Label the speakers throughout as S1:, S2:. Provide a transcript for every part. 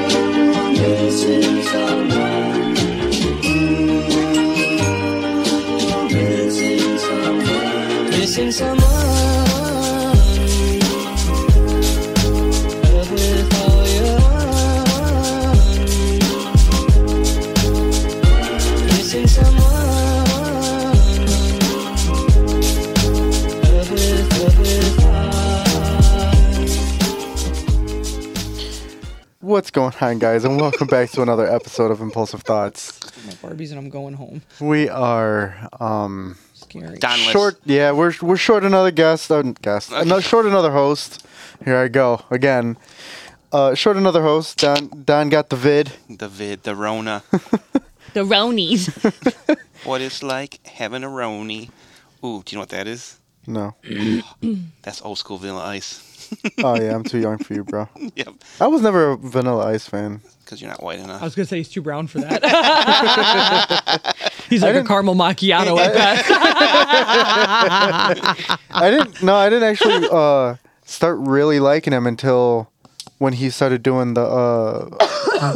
S1: This is our world. This is our world. This is our world. Love is all your own. This is our world. Love is, love is ours.
S2: What's going on, guys, and welcome back to another episode of Impulsive Thoughts.
S3: my Barbies and I'm going home.
S2: We are um
S3: Scary.
S4: Don List.
S2: short. Yeah, we're we're short another guest. Uh, guest. Another short another host. Here I go again. Uh, short another host. Don Don got the vid.
S4: the vid, the Rona.
S5: The Ronies.
S4: what it's like having a Roni. Ooh, do you know what that is?
S2: No.
S4: That's old school Vanilla Ice.
S2: Oh yeah, I'm too young for you, bro.
S4: yep,
S2: I was never a Vanilla Ice fan.
S4: because you're not white
S3: I
S4: enough.
S3: was gonna say he's too brown for that. he's like a caramel macchiato at best.
S2: I didn't. No, I didn't actually uh, start really liking him until when he started doing the uh,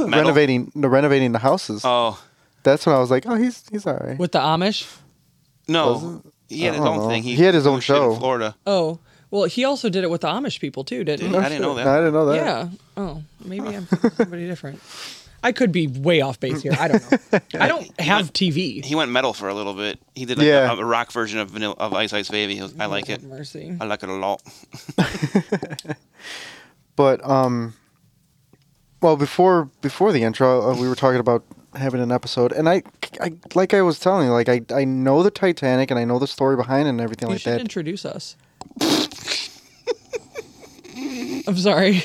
S4: Metal?
S2: renovating the renovating the houses.
S4: Oh
S2: That's when I was like, oh, he's he's alright.
S3: With the Amish.
S4: no, he had
S2: I
S4: his
S2: don't
S4: own
S2: know.
S4: thing.
S2: He had his own
S4: doing shit in
S2: show.
S4: Florida.
S3: Oh, well, he also did it with the Amish people too, didn't he?
S4: Did I didn't know that.
S2: I didn't know that.
S3: Yeah. Oh, maybe I'm thinking of somebody different. I could be way off base here. I don't know. I don't have TV.
S4: He went metal for a little bit. He did like
S2: Yeah.
S4: a, a rock version of Vanilla of Ice Ice Baby. He was- I like it.
S3: Mercy.
S4: I like it a lot.
S2: But um, well, before before the intro, uh, we were talking about having an episode, and I, I like I was telling you, like I I know the Titanic and I know the story behind it and everything
S3: You
S2: like
S3: should
S2: that.
S3: introduce us. I'm sorry.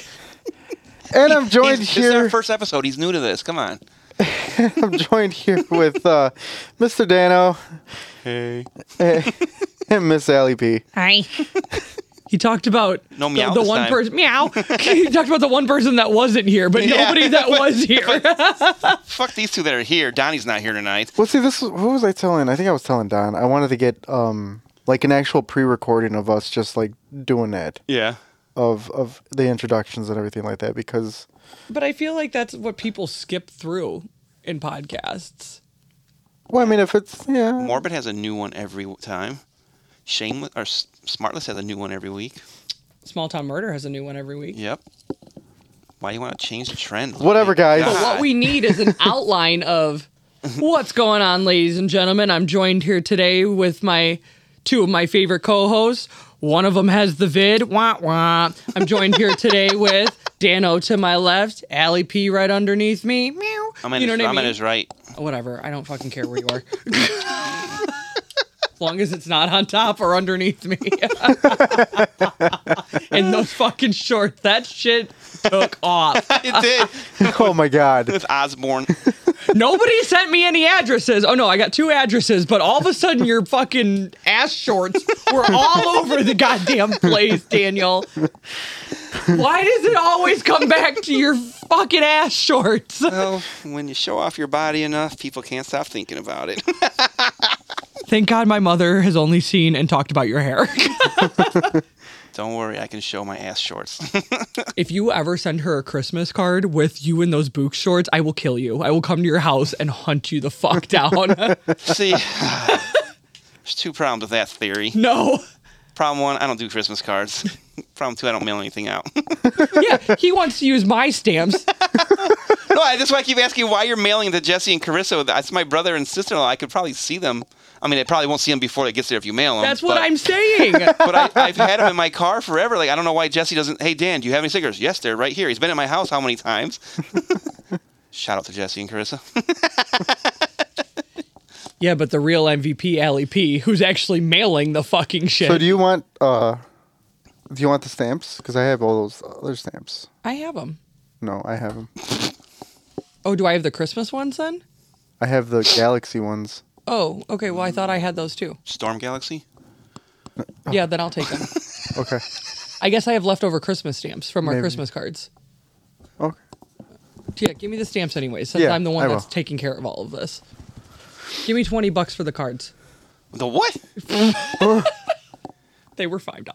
S2: and I'm joined
S4: He's- This is
S2: here.
S4: our first episode. He's new to this. Come on.
S2: I'm joined here with uh, Mr. Dano
S4: Hey.
S2: and Miss Allie P.
S5: Hi.
S3: He talked about
S4: No
S3: the-
S4: meow
S3: the,
S4: this
S3: one
S4: time.
S3: person meow. he talked about the one person that wasn't here, but
S4: Yeah.
S3: nobody that was here.
S4: Fuck these two that are here. Donnie's not here tonight.
S2: Well, see, this was, who was I telling? I think I was telling Don. I wanted to get um like an actual pre-recording of us just like doing that
S4: Yeah.
S2: of of the introductions and everything like that because
S3: But I feel like that's what people skip through in podcasts.
S2: well, I mean, if it's yeah,
S4: Morbid has a new one every w- time. Shameless or S- Smartless has a new one every week.
S3: Small Town Murder has a new one every week.
S4: Yep. Why you want to change the trend?
S2: Whatever, guys.
S4: God.
S3: What we need is an outline of what's going on, ladies and gentlemen. I'm joined here today with my two of my favorite co-hosts. One of them has the vid. Wah wah. I'm joined here today with Dano to my left, Allie P right underneath me. Meow.
S4: I'm in,
S3: you know
S4: his,
S3: what I
S4: I'm in
S3: mean?
S4: his right.
S3: Whatever. I don't fucking care where you are. as long as it's not on top or underneath me. and those fucking shorts, that shit took off.
S4: It did.
S2: oh my god.
S4: With Osborne.
S3: Nobody sent me any addresses. Oh no, I got two addresses, but all of a sudden your fucking ass shorts were all over the goddamn place, Daniel. Why does it always come back to your fucking ass shorts?
S4: well, when you show off your body enough, people can't stop thinking about it.
S3: Thank God my mother has only seen and talked about your hair.
S4: Don't worry, I can show my ass shorts.
S3: If you ever send her a Christmas card with you in those book shorts, I will kill you. I will come to your house and hunt you the fuck down.
S4: See, there's two problems with that theory.
S3: no.
S4: Problem one, I don't do Christmas cards. Problem two, I don't mail anything out.
S3: Yeah, he wants to use my stamps.
S4: no, I, that's why I keep asking why you're mailing to Jesse and Carissa. That's my brother and sister-in-law. I could probably see them. I mean, I probably won't see them before it gets there if you mail them.
S3: That's what
S4: but-
S3: I'm saying.
S4: But I, I've had them in my car forever. Like I don't know why Jesse doesn't. Hey Dan, do you have any cigarettes? Yes, they're right here. He's been in my house how many times? Shout out to Jesse and Carissa.
S3: Yeah, but the real MVP, Ali P, who's actually mailing the fucking shit.
S2: So do you want uh do you want the stamps? Because I have all those other stamps.
S3: I have them.
S2: No, I have them.
S3: Oh, do I have the Christmas ones then?
S2: I have the galaxy ones.
S3: Oh, okay. Well, I thought I had those too.
S4: Storm Galaxy.
S2: Oh.
S3: Yeah, then I'll take them.
S2: Okay.
S3: I guess I have leftover Christmas stamps from our
S2: Maybe.
S3: Christmas cards.
S2: Okay.
S3: Yeah, give me the stamps anyway, since
S2: Yeah,
S3: I'm the one
S2: I will.
S3: that's taking care of all of this. Give me 20 bucks for the cards.
S4: The what?
S3: They were $5.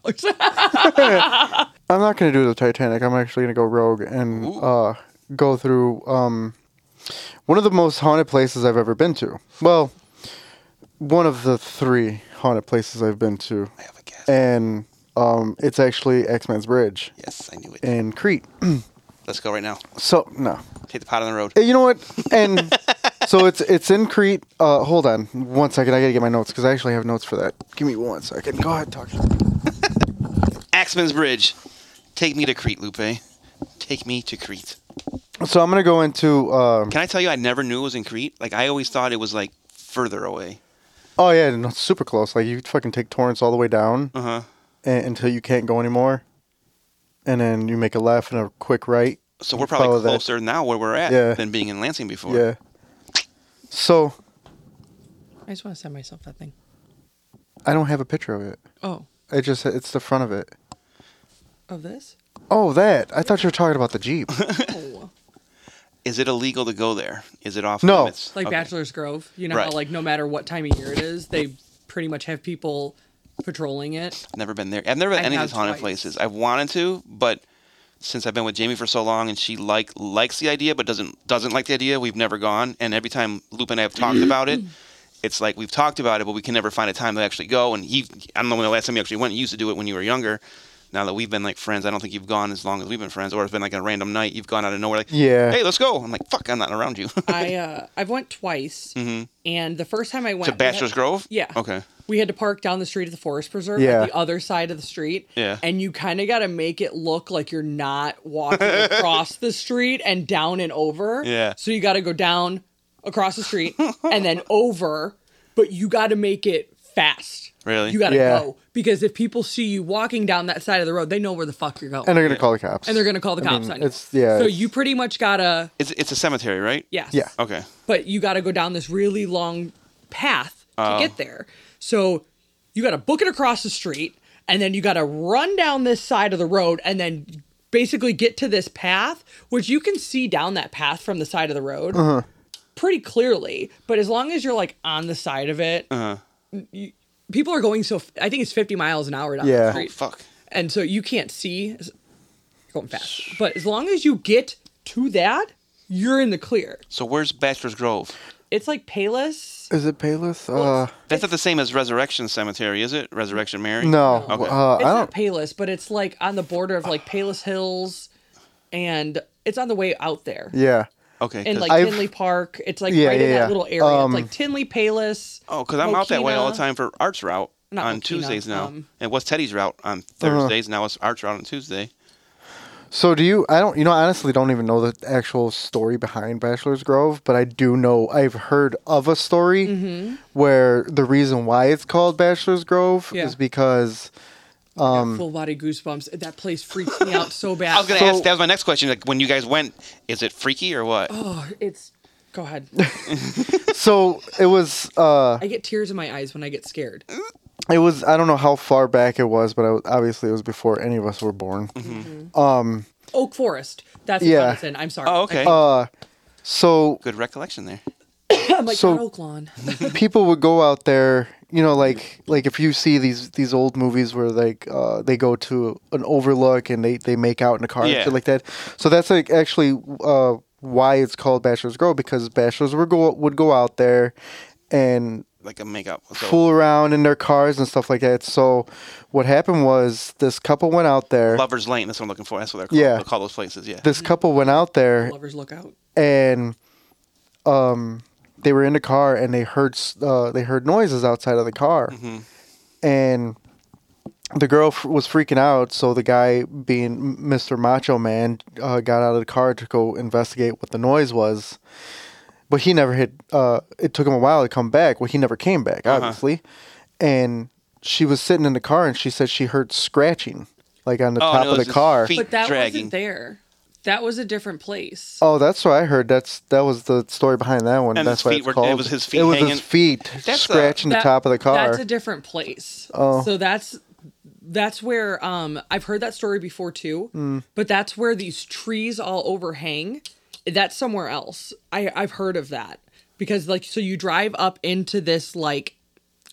S2: I'm not going to do the Titanic. I'm actually going to go rogue and uh, go through um, one of the most haunted places I've ever been to. Well, one of the three haunted places I've been to,
S4: I have a guess.
S2: and um, it's actually X Men's Bridge
S4: yes, I knew it.
S2: in Crete.
S4: Let's go right now.
S2: So no,
S4: Take the pot on the road.
S2: Hey, Eh, you know what? And so it's it's in Crete. Uh, hold on one second. I got to get my notes because I actually have notes for that. Give me one second. Go ahead, talk.
S4: Axman's Bridge. Take me to Crete, Lupe. Take me to Crete.
S2: So I'm going to go into. Um,
S4: Can I tell you, I never knew it was in Crete. Like I always thought it was like further away.
S2: Oh yeah, no, it's super close. Like you fucking take Torrance all the way down
S4: Uh huh.
S2: a- until you can't go anymore, and then you make a left and a quick right.
S4: So we're
S2: You
S4: probably
S2: follow that.
S4: closer now where we're at
S2: Yeah.
S4: than being in Lansing before.
S2: Yeah. So
S3: I just want to send myself that thing.
S2: I don't have a picture of it.
S3: Oh,
S2: It just it's the front of it.
S3: of this?
S2: Oh, that I thought you were talking about the jeep.
S3: Oh.
S4: Is it illegal to go there? Is it off
S2: No.
S4: limits?
S3: Like
S4: Okay.
S3: Bachelor's Grove. You know how
S4: Right.
S3: like no matter what time of year it is, they pretty much have people patrolling it.
S4: Never been there. I've never been
S3: I
S4: any of
S3: have
S4: these haunted
S3: twice.
S4: places. I've wanted to, but since I've been with Jamie for so long and she like likes the idea but doesn't doesn't like the idea, we've never gone. And every time Lupe and I have talked about it, it's like we've talked about it, but we can never find a time to actually go. And he, I don't know when the last time you actually went. You used to do it when you were younger. Now that we've been like friends, I don't think you've gone as long as we've been friends, or it's been like a random night. You've gone out of nowhere, like,
S2: Yeah.
S4: hey, let's go. I'm like, fuck, I'm not around you.
S3: I uh I've went twice, and the first time I went
S4: Mm-hmm. to
S3: we
S4: Bachelor's
S3: had-
S4: Grove.
S3: Yeah.
S4: Okay.
S3: We had to park down the street of the forest preserve,
S2: Yeah.
S3: at the other side of the street.
S4: Yeah.
S3: And you kind of got to make it look like you're not walking across the street and down and over.
S4: Yeah.
S3: So you got to go down across the street and then over, but you got to make it fast.
S4: Really?
S3: You got to
S2: Yeah.
S3: go because if people see you walking down that side of the road, they know where the fuck you're going,
S2: and they're gonna call the cops.
S3: And they're gonna call the
S2: I
S3: cops
S2: mean,
S3: on you.
S2: it's- yeah,
S3: So
S2: it's-
S3: you pretty much gotta
S4: It's it's a cemetery, right?
S3: yes
S2: Yeah.
S4: Okay. Oh,
S3: but you got to go down this really long path to get there. So you got to book it across the street, and then you got to run down this side of the road, and then basically get to this path, which you can see down that path from the side of the road pretty clearly. But as long as you're like on the side of it, you- people are going so f- I think it's 50 miles an hour down
S2: Yeah.
S3: the
S2: Oh,
S4: Oh,
S3: street
S4: fuck.
S3: and so you can't see It's going fast but as long as you get to that you're in the clear
S4: So where's Bachelor's Grove?
S3: it's like payless
S2: Is it Payless? Uh,
S4: That's not the same as Resurrection Cemetery, is it? Resurrection Mary?
S2: no.
S4: Okay.
S2: Uh, I
S3: It's
S2: don't.
S3: not Payless, but it's like on the border of like Payless Hills, and it's on the way out there.
S2: Yeah.
S4: Okay.
S3: In
S4: 'cause-
S3: like
S2: I've-
S3: Tinley Park, it's like
S2: Yeah,
S3: right
S2: yeah,
S3: in that
S2: yeah.
S3: little area.
S2: Um,
S3: it's like Tinley Payless.
S4: oh, because I'm out that way all the
S3: Mokina.
S4: time for Arts Route
S3: Not
S4: on
S3: Mokina,
S4: Tuesdays now,
S3: um,
S4: and what's Teddy's route on Thursdays?
S2: Uh-huh.
S4: Now it's Arts Route on Tuesday.
S2: So do you? I don't. You know, I honestly don't even know the actual story behind Bachelor's Grove, but I do know I've heard of a story where the reason why it's called Bachelor's Grove
S3: Yeah.
S2: is because um,
S3: Full body goosebumps. That place freaks me out so bad.
S4: I was gonna
S2: So-
S4: ask. That was my next question. Like when you guys went, is it freaky or what?
S3: oh, it's. Go ahead.
S2: so it was uh
S3: I get tears in my eyes when I get scared.
S2: it was I don't know how far back it was, but I, was- obviously it was before any of us were born.
S3: Oak Forest. That's
S2: Yeah.
S3: yeah. I'm sorry.
S4: Oh, okay.
S2: Uh, So
S4: Good recollection there.
S3: I'm like
S2: so-
S3: not Oak Lawn.
S2: people would go out there you know like like if you see these these old movies where like uh, they go to an overlook and they they make out in a car
S4: Yeah.
S2: and shit like that so that's like actually uh, why it's called bachelor's grove because bachelors would go would go out there and
S4: Like a makeup. So,
S2: fool around in their cars and stuff like that so what happened was this couple went out there
S4: Lovers Lane. That's what I'm looking for. That's what they're called.
S2: Yeah.
S4: They'll call those places. Yeah.
S2: this couple went out there
S3: Lovers look out.
S2: and um they were in the car and they heard s- uh, they heard noises outside of the car
S4: Mm-hmm.
S2: and the girl f- was freaking out so the guy being M- mr macho man uh, got out of the car to go investigate what the noise was but he never hit uh, it took him a while to come back well he never came back
S4: Uh-huh.
S2: obviously and she was sitting in the car and she said she heard scratching like on the
S4: Oh,
S2: top
S4: no, it
S2: of the
S4: was his
S2: car
S4: feet.
S3: But that
S4: dragging.
S3: wasn't there. That was a different place.
S2: Oh, that's what I heard. That's that was the story behind that one.
S4: And
S2: that's
S4: his
S2: why
S4: feet
S2: it's
S4: were- it
S2: called.
S4: was his feet
S2: It was
S4: hanging.
S2: his feet
S4: That's a-
S2: scratching the
S3: That-
S2: top of the car.
S3: That's a different place. Oh. So that's that's where um I've heard that story before too.
S2: Mm.
S3: But that's where these trees all overhang. That's somewhere else. I I've heard of that because like so
S2: Mm-hmm.
S3: you drive up into this like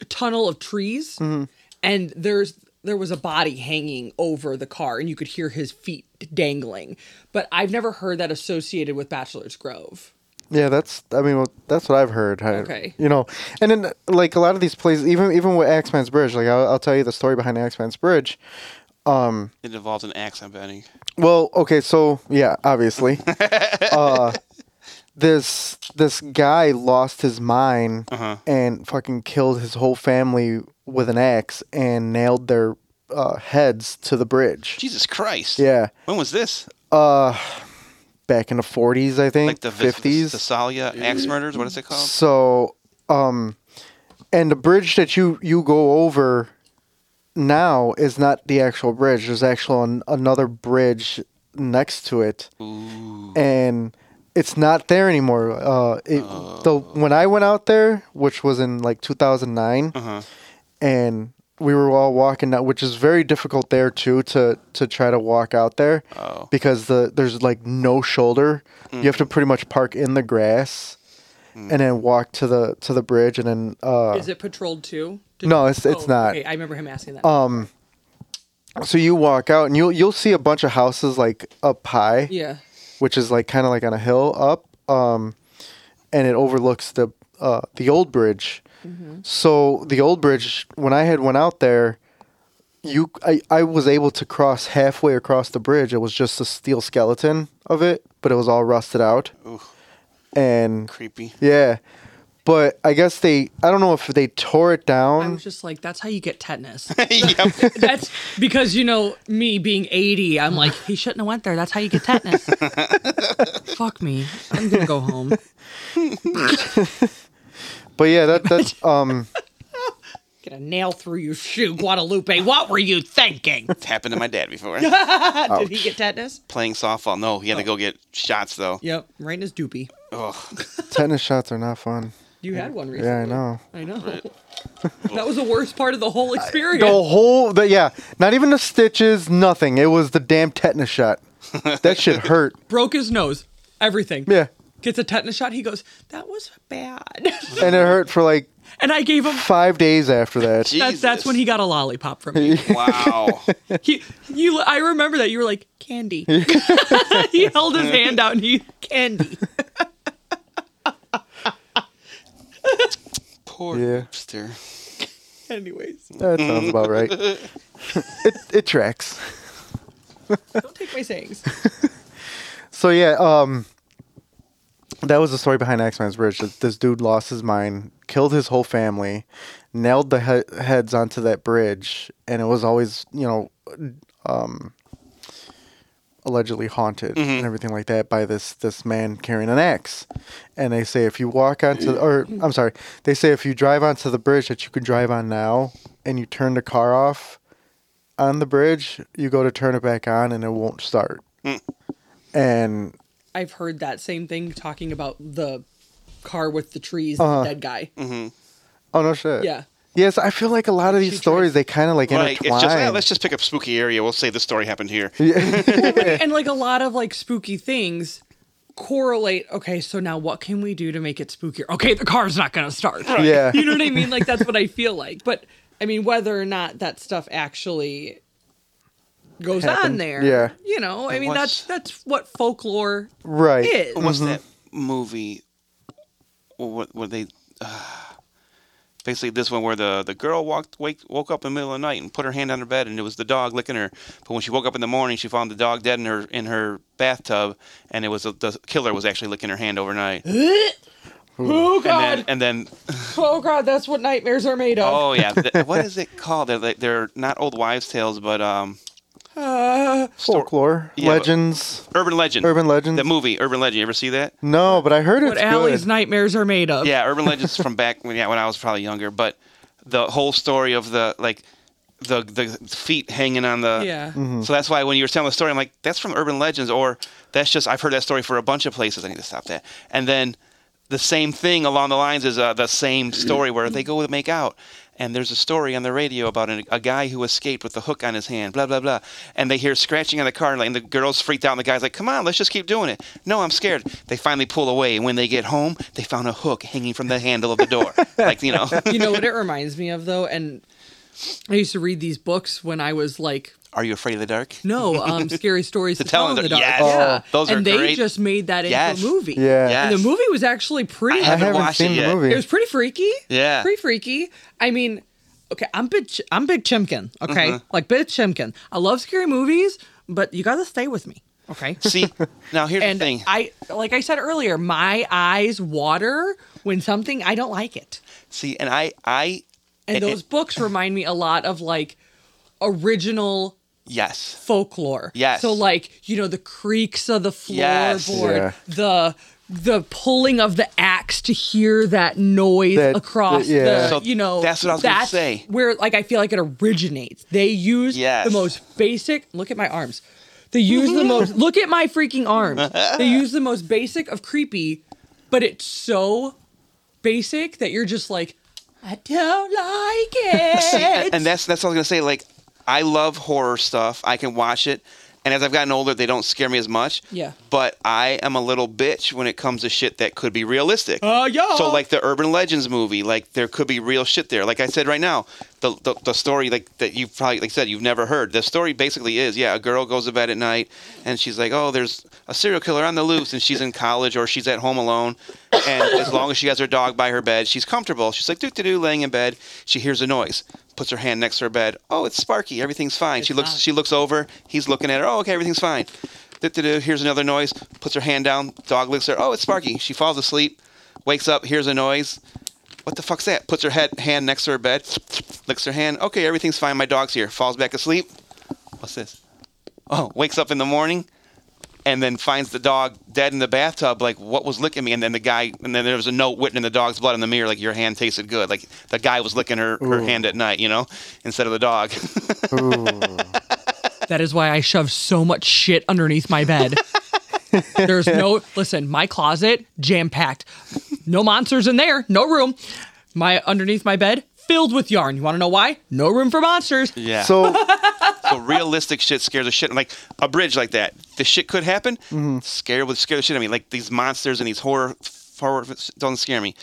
S3: tunnel of trees and there's there was a body hanging over the car and you could hear his feet dangling. But I've never heard that associated with Bachelor's Grove.
S2: Yeah, that's. I mean, well, that's what I've heard. I-
S3: Okay.
S2: You know, and then like a lot of these plays, even even with Axeman's Bridge, like I'll, I'll tell you the story behind Axeman's Bridge.
S4: It involves an axe, I'm betting.
S2: Well, okay, so yeah, obviously, uh, this this guy lost his mind
S4: Uh-huh.
S2: and fucking killed his whole family with an axe and nailed their uh, heads to the bridge.
S4: Jesus Christ.
S2: Yeah,
S4: When was this?
S2: back in the forties, I think,
S4: Like the
S2: fifties.
S4: fifties, the Salia axe murders. What is it called?
S2: So, um, and the bridge that you you go over now is not the actual bridge. There's actual an, another bridge next to it, and it's not there anymore. Uh, it, the when I went out there, which was in like 2009, and we were all walking out, which is very difficult there too to to try to walk out there
S4: Oh.
S2: because the there's like no shoulder. You have to pretty much park in the grass and then walk to the to the bridge and then uh
S3: Is it patrolled too? Did
S2: no it's it's
S3: Oh,
S2: not Uh,
S3: Okay, I remember him asking that.
S2: so you walk out and you'll you'll see a bunch of houses like up high
S3: yeah.
S2: which is like kind of like on a hill up um and it overlooks the uh the old bridge so the old bridge when i had went out there you I, I was able to cross halfway across the bridge it was just a steel skeleton of it but it was all rusted out and
S4: Creepy.
S2: Yeah. But I guess they I don't know if they tore it
S3: I
S2: down.
S3: was just like, that's how you get tetanus.
S4: yep.
S3: That's because you know me being 80. I'm like, he shouldn't have went there. That's how you get tetanus. Fuck me. I'm gonna go home.
S2: But yeah, that that's um
S3: Get a nail through your shoe, Guadalupe. What were you thinking?
S4: It's happened to my dad before.
S3: Did he get tetanus?
S4: Playing softball. No,
S3: Oh.
S4: he had to go get shots though.
S3: Yep, right in his doopy.
S2: tennis shots are not fun.
S3: You had one recently.
S2: Yeah, I know.
S3: I know. that was the worst part of the whole experience.
S2: The whole the yeah, not even the stitches, nothing. It was the damn tetanus shot. That shit hurt.
S3: Broke his nose. Everything.
S2: Yeah.
S3: Gets a tetanus shot. He goes, that was bad.
S2: And it hurt for like
S3: and I gave him.
S2: 5 days after that.
S3: That's, that's when he got a lollipop from me.
S4: Wow.
S3: He, you, I remember that you were like candy. he held his hand out and he candy.
S4: Poor
S2: Yeah.
S4: hipster.
S3: Anyways,
S2: That sounds about right. It it tracks.
S3: don't take my sayings.
S2: So yeah, um, that was the story behind Axeman's Bridge. This, this dude lost his mind, killed his whole family, nailed the he- heads onto that bridge, and it was always you know, um, allegedly haunted and everything like that by this this man carrying an axe. And they say if you walk onto, or I'm sorry, they say if you drive onto the bridge that you can drive on now, and you turn the car off on the bridge, you go to turn it back on, and it won't start. And
S3: I've heard that same thing talking about the car with the trees, the dead guy.
S2: Oh no shit.
S3: Yeah.
S2: Yes, I feel like a lot of these stories they kind of like
S4: Right. It's
S2: intertwine.
S4: just "Ah, let's just pick up spooky area. We'll say this story happened here.
S3: and like a lot of like spooky things correlate. Okay, so now what can we do to make it spookier? Okay, the car's not gonna start.
S2: Yeah.
S3: You know what I mean? Like that's what I feel like. But I mean, whether or not that stuff actually goes on there,
S2: Yeah.
S3: you know, I mean
S4: what's-
S3: that's that's what folklore
S2: right.
S3: is.
S4: What's that movie? What were they? uh, basically, this one where the, the girl walked wake, woke up in the middle of the night and put her hand on her bed, and it was the dog licking her. But when she woke up in the morning, she found the dog dead in her in her bathtub, and it was the killer was actually licking her hand overnight. and
S3: Oh god!
S4: then, and then
S3: oh god! That's what nightmares are made of.
S4: oh yeah, th- what is it called? They're like, they're not old wives' tales, but um,
S3: Uh,
S2: Folklore,
S4: Yeah, but-
S2: legends.
S4: urban legend.
S2: Urban legends?
S4: That movie, Urban Legend. You ever see that?
S2: No, but I heard it's
S3: What Allie's
S2: good.
S3: nightmares are made of.
S4: Yeah, urban legends from back when yeah when I was probably younger, but the whole story of the like the the feet hanging on the
S3: Yeah.
S4: So that's why when you were telling the story, I'm like, that's from urban legends, or that's just I've heard that story for a bunch of places. I need to stop that. And then the same thing along the lines is uh, the same story where they go to make out. And there's a story on the radio about an, a guy who escaped with a hook on his hand, blah blah blah. And they hear scratching on the car, and, like, and the girls freaked out. And the guy's like, "Come on, let's just keep doing it." No, I'm scared. They finally pull away, and when they get home, they found a hook hanging from the handle of the door, like you know.
S3: You know what it reminds me of though, and I used to read these books when I was like
S4: Are you afraid of the dark?
S3: no, um, scary stories to,
S4: Tell in the Dark. Yes.
S3: Yeah.
S4: Oh, those are
S3: and they
S4: great.
S3: just made that into
S4: Yes.
S3: a movie.
S2: Yeah.
S4: Yes.
S3: And the movie was actually pretty.
S4: I
S2: I
S4: haven't
S2: haven't
S4: watched
S2: seen
S4: it
S2: the
S4: yet.
S2: movie.
S3: It was pretty freaky.
S4: Yeah.
S3: Pretty freaky. I mean, okay, I'm big I'm big Chimkin, okay?
S4: Mm-hmm.
S3: Like big Chimkin. I love scary movies, but you got to stay with me, okay?
S4: See, now here's
S3: and
S4: the thing.
S3: I like I said earlier, my eyes water when something I don't like it.
S4: See, and I, I,
S3: And those books remind me a lot of like original
S4: yes,
S3: folklore.
S4: Yes.
S3: So like, you know, the creaks of the floorboard,
S4: Yes.
S2: Yeah.
S3: the the pulling of the axe to hear that noise
S2: That-
S3: across
S2: that- yeah.
S3: the
S4: So
S3: you know
S4: that's what I was gonna
S3: that's
S4: say.
S3: Where like I feel like it originates. They use
S4: Yes.
S3: the most basic look at my arms. They use the most look at my freaking arms. They use the most basic of creepy, but it's so basic that you're just like, I don't like it.
S4: and that's that's what I was gonna say. Like, I love horror stuff. I can watch it, and as I've gotten older, they don't scare me as much.
S3: Yeah.
S4: But I am a little bitch when it comes to shit that could be realistic.
S3: Oh, yeah.
S4: So like the Urban Legends movie, like there could be real shit there. Like I said right now, the the, the story like that you've probably like I said you've never heard. The story basically is yeah, a girl goes to bed at night and she's like, oh, there's a serial killer on the loose, and she's in college or she's at home alone, and as long as she has her dog by her bed, she's comfortable. She's like doo doo doo, laying in bed. She hears a noise. Puts her hand next to her bed. Oh, it's Sparky. Everything's fine. she looks.
S3: not.
S4: She looks over. He's looking at her. Oh, okay, everything's fine. Du-du-du, Here's another noise. Puts her hand down. Dog licks her. Oh, it's Sparky. She falls asleep. Wakes up. Hears a noise. What the fuck's that? Puts her head hand next to her bed. Licks her hand. Okay, everything's fine. My dog's here. Falls back asleep. What's this? Oh, wakes up in the morning. And then finds the dog dead in the bathtub. Like, what was licking me? And then the guy, and then there was a note written in the dog's blood in the mirror, like your hand tasted good. Like the guy was licking her, her hand at night, you know, instead of the dog.
S3: That is why I shove so much shit underneath my bed. There's no listen, my closet jam packed. No monsters in there, no room. My underneath my bed filled with yarn. You want to know why? No room for monsters.
S4: yeah.
S2: So
S4: So realistic shit scares the shit. Like a bridge like that, the shit could happen.
S3: Mm-hmm.
S4: Scare would scare the shit. I mean, like these monsters and these horror horror f- don't scare me.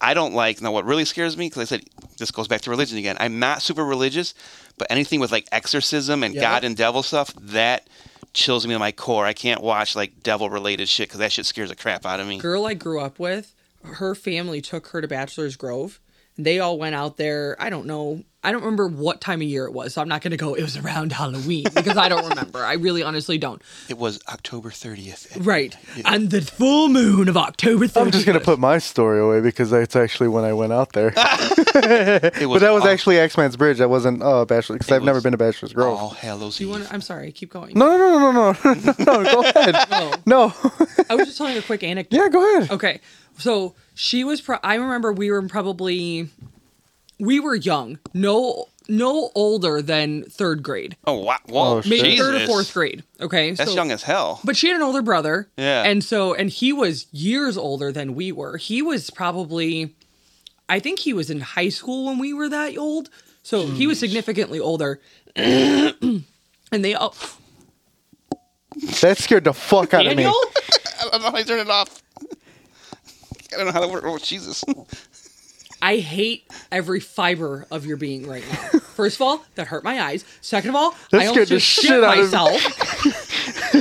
S4: I don't like now. What really scares me, because I said this goes back to religion again. I'm not super religious, but anything with like exorcism and
S3: Yeah.
S4: God and devil stuff that chills me to my core. I can't watch like devil related shit because that shit scares the crap out of me.
S3: Girl I grew up with, her family took her to Bachelor's Grove. They all went out there. I don't know. I don't remember what time of year it was. So I'm not going to go. It was around Halloween because I don't remember. I really honestly don't.
S4: It was October 30th.
S3: Right. And the full moon of October 30th.
S2: I'm just gonna put my story away because that's actually when I went out there.
S4: It
S2: but
S4: was
S2: that was
S4: all-
S2: actually X Man's Bridge. That wasn't uh, Bachelor because I've never
S4: was-
S2: been to Bachelor's Grove.
S4: All Hallows
S3: You
S4: Eve.
S3: wanna- I'm sorry. Keep going. Oh.
S2: No, no, no, no, no, no, no, no. Go ahead.
S3: No.
S2: No.
S3: I was just telling you a quick anecdote.
S2: yeah, go ahead.
S3: Okay. So she was. Pro- I remember we were probably, we were young, no, no older than third grade,
S4: Oh wow! Whoa,
S2: Oh, shit.
S3: maybe third or
S4: Jesus.
S3: fourth grade. Okay,
S4: That's
S3: so,
S4: young as hell.
S3: But she had an older brother.
S4: Yeah.
S3: And so, and he was years older than we were. He was probably, I think he was in high school when we were that old. So he was significantly older. and they all,
S2: That scared the fuck out of me.
S3: Daniel?
S4: I don't know how to turn it off. I don't know how to work. Oh, Jesus.
S3: I hate every fiber of your being right now. First of all, that hurt my eyes. Second of all,
S2: That
S3: I
S2: scared
S3: almost
S2: the
S3: just shit,
S2: shit out of-
S3: myself.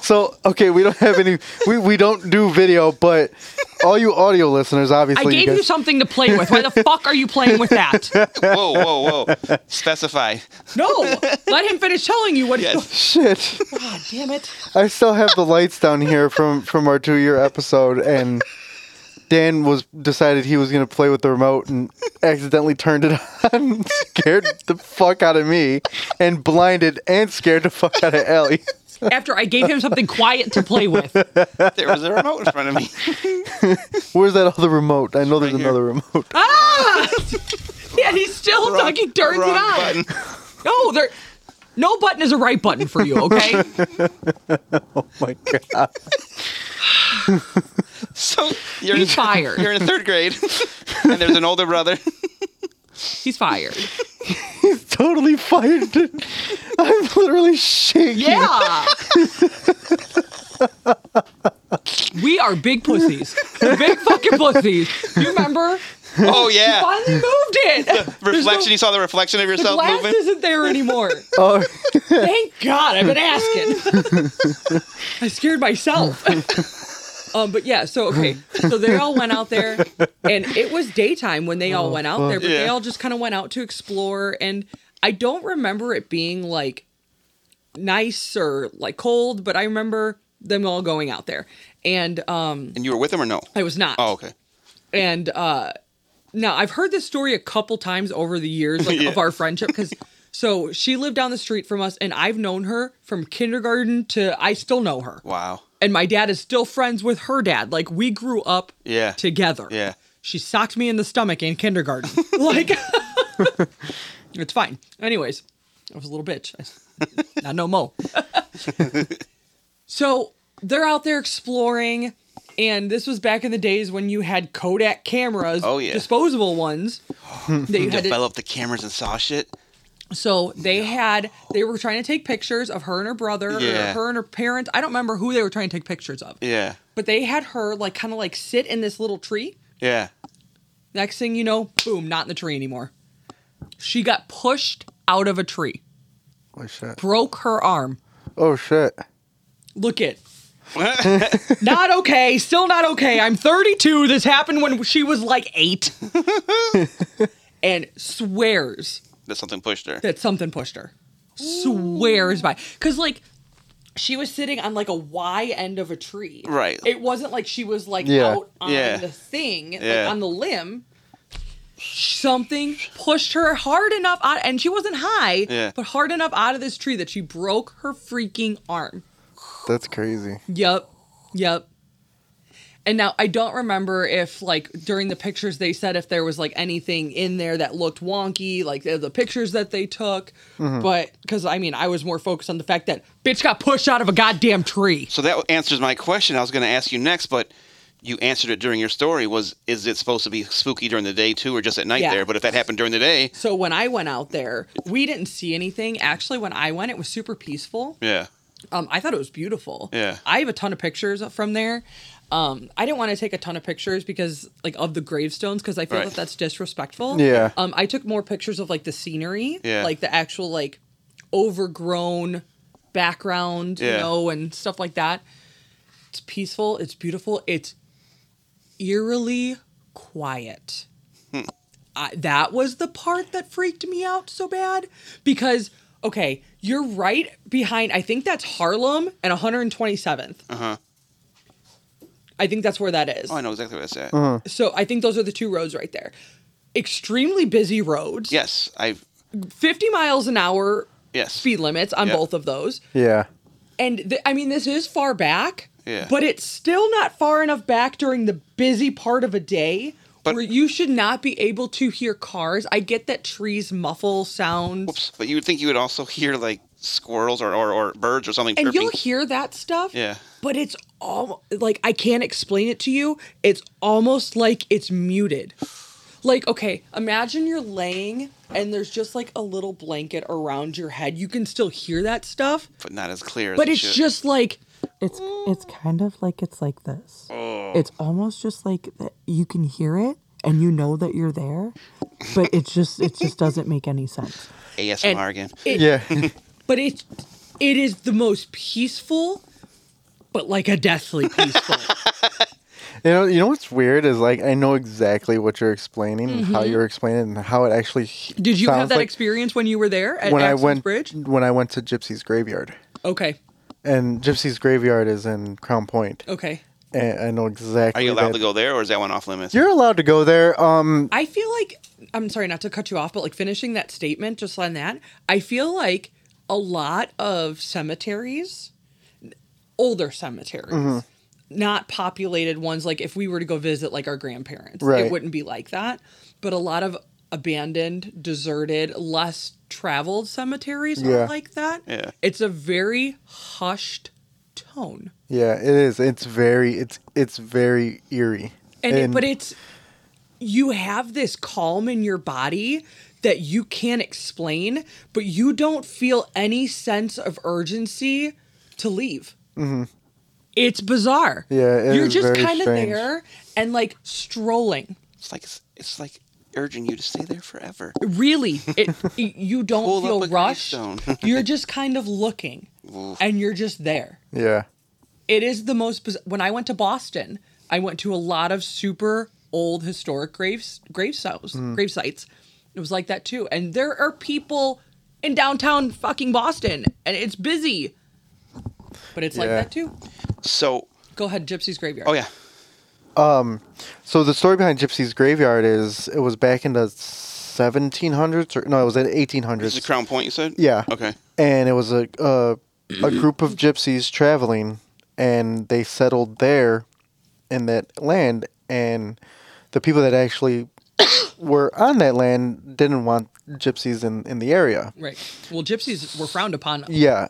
S2: So okay, we don't have any. We, we don't do video, but all you audio listeners,
S3: I
S2: obviously,
S3: gave
S2: guys,
S3: you something to play with. Why the fuck are you playing with that?
S4: Whoa, whoa, whoa. Specify.
S3: No, let him finish telling you what.
S4: Yes.
S2: shit.
S3: God damn it!
S2: I still have the lights down here from from our two year episode, and Dan was decided he was gonna play with the remote and accidentally turned it on, scared the fuck out of me, and blinded and scared the fuck out of Ellie.
S3: After I gave him something quiet to play with,
S4: There was a remote in front of me.
S2: Where's that other remote? I know there's
S4: right here.
S2: another remote.
S3: yeah, he's still talking. Turns it
S4: Wrong
S3: on.
S4: button.
S3: No, there. No button is a right button for you. Okay.
S2: Oh my god.
S4: So you're
S3: He's
S4: in,
S3: fired.
S4: You're in third grade, and there's an older brother.
S3: He's fired.
S2: totally fired. dude. I'm literally shaking.
S3: Yeah. we are big pussies. Big fucking pussies. You remember
S4: Oh yeah,
S3: Finally moved it.
S4: reflection. You saw the reflection of
S3: The
S4: yourself
S3: glass
S4: moving.
S3: isn't there anymore.
S2: Oh,
S3: Thank God, I've been asking. I scared myself. um, but yeah, so okay, so they all went out there, and it was daytime when they all went out there, but they
S4: Yeah.
S3: all just kind of went out to explore, and I don't remember it being like nice or like cold, but I remember them all going out there, and um,
S4: And you were with him or no?
S3: I was not.
S4: Oh okay.
S3: And uh now I've heard this story a couple times over the years like,
S4: Yeah.
S3: of our friendship because so she lived down the street from us and I've known her from kindergarten to I still know her.
S4: Wow.
S3: And my dad is still friends with her dad. Like we grew up
S4: Yeah.
S3: together.
S4: Yeah.
S3: She socked me in the stomach in kindergarten. like it's fine. Anyways, I was a little bitch. I- Not no mo. so they're out there exploring, and this was back in the days when you had Kodak cameras,
S4: Oh, yeah.
S3: disposable ones. that you had to-
S4: Developed the cameras and saw shit.
S3: so they had they were trying to take pictures of her and her brother,
S4: Yeah.
S3: or her and her parents. I don't remember who they were trying to take pictures of,
S4: Yeah.
S3: but they had her like kind of like sit in this little tree.
S4: Yeah.
S3: Next thing you know, boom, not in the tree anymore. She got pushed out of a tree,
S2: oh shit.
S3: broke her arm.
S2: Oh shit.
S3: Look it. not okay. Still not okay. I'm 32. This happened when she was like eight. and swears
S4: That something pushed her.
S3: that something pushed her. Swears by. Because, like, she was sitting on like a Y end of a tree.
S4: Right.
S3: It wasn't like she was like
S2: Yeah.
S3: out on
S4: Yeah.
S3: the thing, like
S4: Yeah.
S3: on the limb. Something pushed her hard enough out, and she wasn't high,
S4: Yeah.
S3: but hard enough out of this tree that she broke her freaking arm.
S2: That's crazy.
S3: Yep. Yep. And now I don't remember if like during the pictures they said if there was like anything in there that looked wonky, like the, the pictures that they took. But because I mean, I was more focused on the fact that bitch got pushed out of a goddamn tree.
S4: So that answers my question. I was going to ask you next, but you answered it during your story. Was is it supposed to be spooky during the day too, or just at night
S3: Yeah.
S4: there? But if that happened during the day,
S3: So when I went out there, we didn't see anything. Actually, when I went, it was super peaceful.
S4: yeah,
S3: Um, I thought it was beautiful.
S4: Yeah.
S3: I have a ton of pictures from there. Um, I didn't want to take a ton of pictures because like of the gravestones because I feel
S4: Right.
S3: that that's disrespectful.
S2: Yeah.
S3: Um, I took more pictures of like the scenery.
S4: Yeah.
S3: Like the actual like overgrown background, you
S4: Yeah.
S3: know, and stuff like that. It's peaceful. It's beautiful. It's eerily quiet. I, that was the part that freaked me out so bad because okay, you're right behind. I think that's Harlem and 127th. Uh huh. I think that's where that is.
S4: Uh-huh. oh, I know exactly what I said.
S2: Uh-huh.
S3: So I think those are the two roads right there. Extremely busy roads.
S4: Yes, I
S3: 50 miles an hour
S4: yes.
S3: speed limits on
S4: Yeah.
S3: both of those.
S2: Yeah.
S3: And th- I mean, this is far back,
S4: Yeah.
S3: but it's still not far enough back during the busy part of a day
S4: But-
S3: where you should not be able to hear cars. I get that trees muffle sounds,
S4: Oops. But you would think you would also hear like squirrels or or, or birds or something
S3: and
S4: chirping.
S3: you'll hear that stuff.
S4: Yeah.
S3: But it's all like I can't explain it to you. It's almost like it's muted. Like, okay, imagine you're laying and there's just like a little blanket around your head. You can still hear that stuff,
S4: but not as clear. as
S3: but
S4: it
S3: it's
S4: should.
S3: just like
S6: It's it's kind of like it's like this.
S2: Oh.
S6: It's almost just like that you can hear it and you know that you're there, but it's just it just doesn't make any sense.
S4: ASMR again.
S3: it,
S2: Yeah.
S3: but it it is the most peaceful but like a deathly peaceful
S2: You know, you know what's weird is like I know exactly what you're explaining and how you're explaining it and how it actually. he-
S3: Mm-hmm. did you have
S2: sounds
S3: that
S2: like
S3: experience when you were there at
S2: when I
S3: Axon's
S2: went
S3: bridge
S2: when I went to Gypsy's graveyard,
S3: okay
S2: and Gypsy's graveyard is in Crown Point.
S3: okay
S2: And I know exactly.
S4: Are you allowed
S2: that-
S4: to go there, or is that one off limits?
S2: You're allowed to go there. Um,
S3: i feel like i'm sorry not to cut you off but like finishing that statement just on that i feel like a lot of cemeteries older cemeteries
S2: Mm-hmm.
S3: not populated ones like if we were to go visit like our grandparents
S2: Right.
S3: it wouldn't be like that but a lot of abandoned deserted less traveled cemeteries
S2: Yeah.
S3: are like that
S4: Yeah.
S3: it's a very hushed tone
S2: yeah, it is. It's very. It's it's very eerie.
S3: and, it, but it's you have this calm in your body that you can't explain but you don't feel any sense of urgency to leave it's bizarre
S2: Mm-hmm. Yeah, it
S3: you're
S2: is
S3: just
S2: very
S3: kind of
S2: strange.
S3: there and like strolling
S4: It's like it's, it's like urging you to stay there forever.
S3: Really, it, you don't
S4: Pull up
S3: feel
S4: a
S3: rushed.
S4: gravestone.
S3: you're just kind of looking, and you're just there.
S2: Yeah.
S3: it is the most biz- when i went to boston i went to a lot of super old historic graves grave sites grave sites it was like that too and there are people in downtown fucking boston and it's busy but it's like
S2: Yeah.
S3: that too
S4: So,
S3: go ahead gypsy's graveyard
S4: oh yeah,
S2: So the story behind Gypsy's Graveyard is it was back in the 1700s or no, it was in
S4: this
S2: 1800s.
S4: is Crown Point. You said.
S2: Yeah.
S4: Okay.
S2: and it was a a, a
S4: Mm-hmm.
S2: group of gypsies traveling, and they settled there in that land, and the people that actually were on that land didn't want gypsies in in the area.
S3: right well gypsies were frowned upon
S2: Yeah,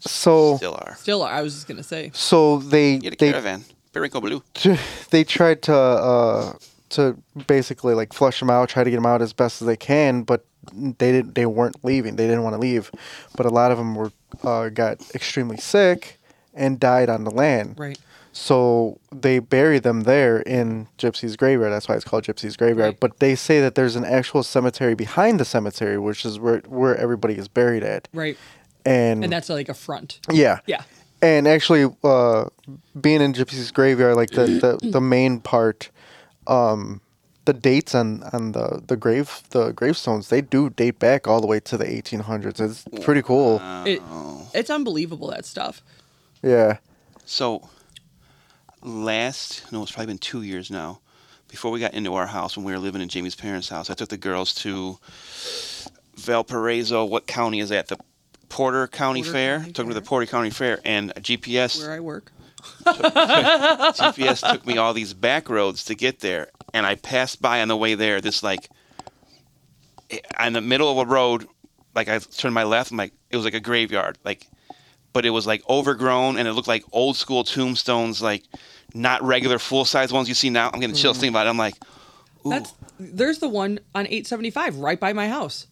S2: so
S4: Still are.
S3: still are i was just gonna say
S2: so they
S4: You had a
S2: they
S4: caravan. Perico Blue.
S2: they tried to uh, to basically like flush them out, try to get them out as best as they can, but they didn't. They weren't leaving. They didn't want to leave, but a lot of them were uh, got extremely sick and died on the land.
S3: right
S2: So they bury them there in Gypsy's graveyard. That's why it's called Gypsy's graveyard.
S3: Right.
S2: But they say that there's an actual cemetery behind the cemetery, which is where where everybody is buried at.
S3: right
S2: And,
S3: and that's like a front
S2: yeah,
S3: yeah
S2: and actually, uh, being in Gypsy's graveyard, like the, the, the main part, um, the dates on, on the, the grave the gravestones they do date back all the way to the 1800s. It's pretty cool.
S3: it, it's unbelievable that stuff
S2: Yeah,
S4: So last no, it's probably been two years now. Before we got into our house, when we were living in Jamie's parents' house, I took the girls to Valparaiso. What county is that? The Porter County
S3: Porter
S4: Fair.
S3: County
S4: took them to the
S3: Fair.
S4: Porter County Fair, and a GPS
S3: where i work
S4: GPS took me all these back roads to get there, and I passed by on the way there. This like, eh, in the middle of a road, like I turned my left, I'm like it was like a graveyard, like, but it was like overgrown and it looked like old school tombstones, like not regular full size ones you see now. I'm getting chills thinking about it. I'm like,
S3: that's there's the one on 875 right by my house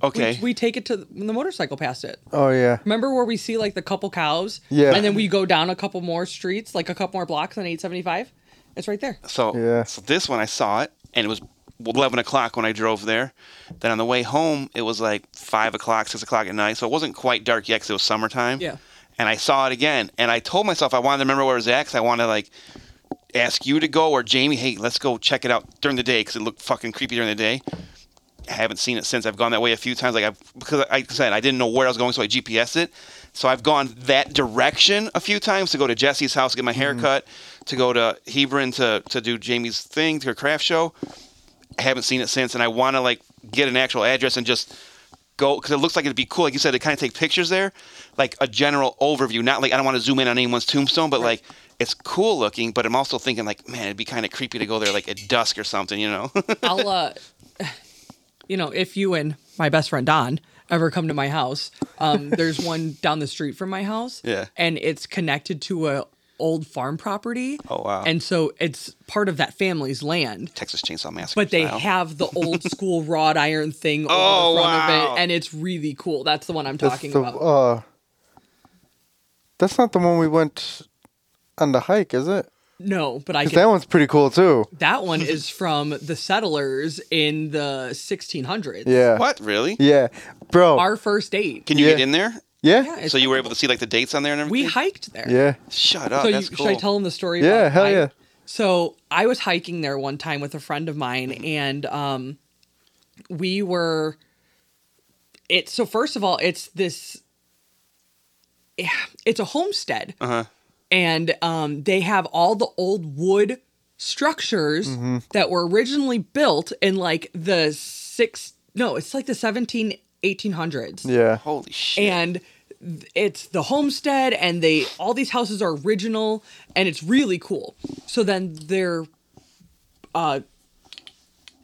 S4: okay,
S3: We, we take it to the, when the motorcycle past it.
S2: oh yeah,
S3: Remember where we see like the couple cows?
S2: Yeah.
S3: And then we go down a couple more streets, like a couple more blocks on 875. It's right there.
S4: So,
S2: Yeah.
S4: so this one I saw it, and it was eleven o'clock when I drove there. Then on the way home, it was like five o'clock, six o'clock at night. So it wasn't quite dark yet because it was summertime.
S3: Yeah.
S4: And I saw it again, and I told myself I wanted to remember where it was at because I wanted to like ask you to go or Jamie, hey, let's go check it out during the day because it looked fucking creepy during the day. I haven't seen it since. I've gone that way a few times. Like I, because I like I said I didn't know where I was going, so I GPS it. So I've gone that direction a few times to go to Jesse's house, get my
S3: Mm-hmm.
S4: hair cut, to go to Hebron to to do Jamie's thing, to her craft show. I haven't seen it since, and I want to like get an actual address and just go because it looks like it'd be cool. Like you said, to kind of take pictures there, like a general overview. Not like I don't want to zoom in on anyone's tombstone, but like it's cool looking. But I'm also thinking like, man, it'd be kind of creepy to go there like at dusk or something, you know?
S3: I'll, uh, you know, if you and my best friend Don ever come to my house, um, there's one down the street from my house.
S4: Yeah.
S3: And it's connected to a old farm property.
S4: Oh, wow.
S3: And so it's part of that family's land.
S4: Texas Chainsaw Massacre.
S3: But they
S4: style.
S3: have the old school wrought iron thing over
S4: Oh,
S3: the front
S4: wow.
S3: of it, and it's really cool. That's the one I'm
S2: that's
S3: talking
S2: the
S3: about.
S2: uh, that's not the one we went on the hike, is it?
S3: No, but I
S2: Because
S3: can.
S2: that
S3: That one,
S2: one's pretty cool too.
S3: is from the settlers in the 1600s.
S2: Yeah,
S4: What really?
S2: yeah, bro.
S3: Our first date.
S4: Can you
S2: Yeah.
S4: get in there?
S2: yeah,
S3: Yeah,
S2: yeah.
S3: it's
S4: so you were able to see like the dates on there and
S3: We
S4: everything.
S3: hiked there.
S4: Shut up.
S3: So you,
S4: that's cool.
S3: should I tell them the story?
S2: Yeah,
S3: about
S2: hell
S3: I-
S2: yeah.
S3: So I was hiking there one time with a friend of mine, and um, we were. It so first of all, it's this. yeah, It's a homestead,
S4: Uh-huh.
S3: and um, they have all the old wood structures that were originally built in like the six. No, it's like the 17, 1800s
S2: yeah,
S4: Holy shit.
S3: and th- it's the homestead and they all these houses are original and it's really cool so then they're uh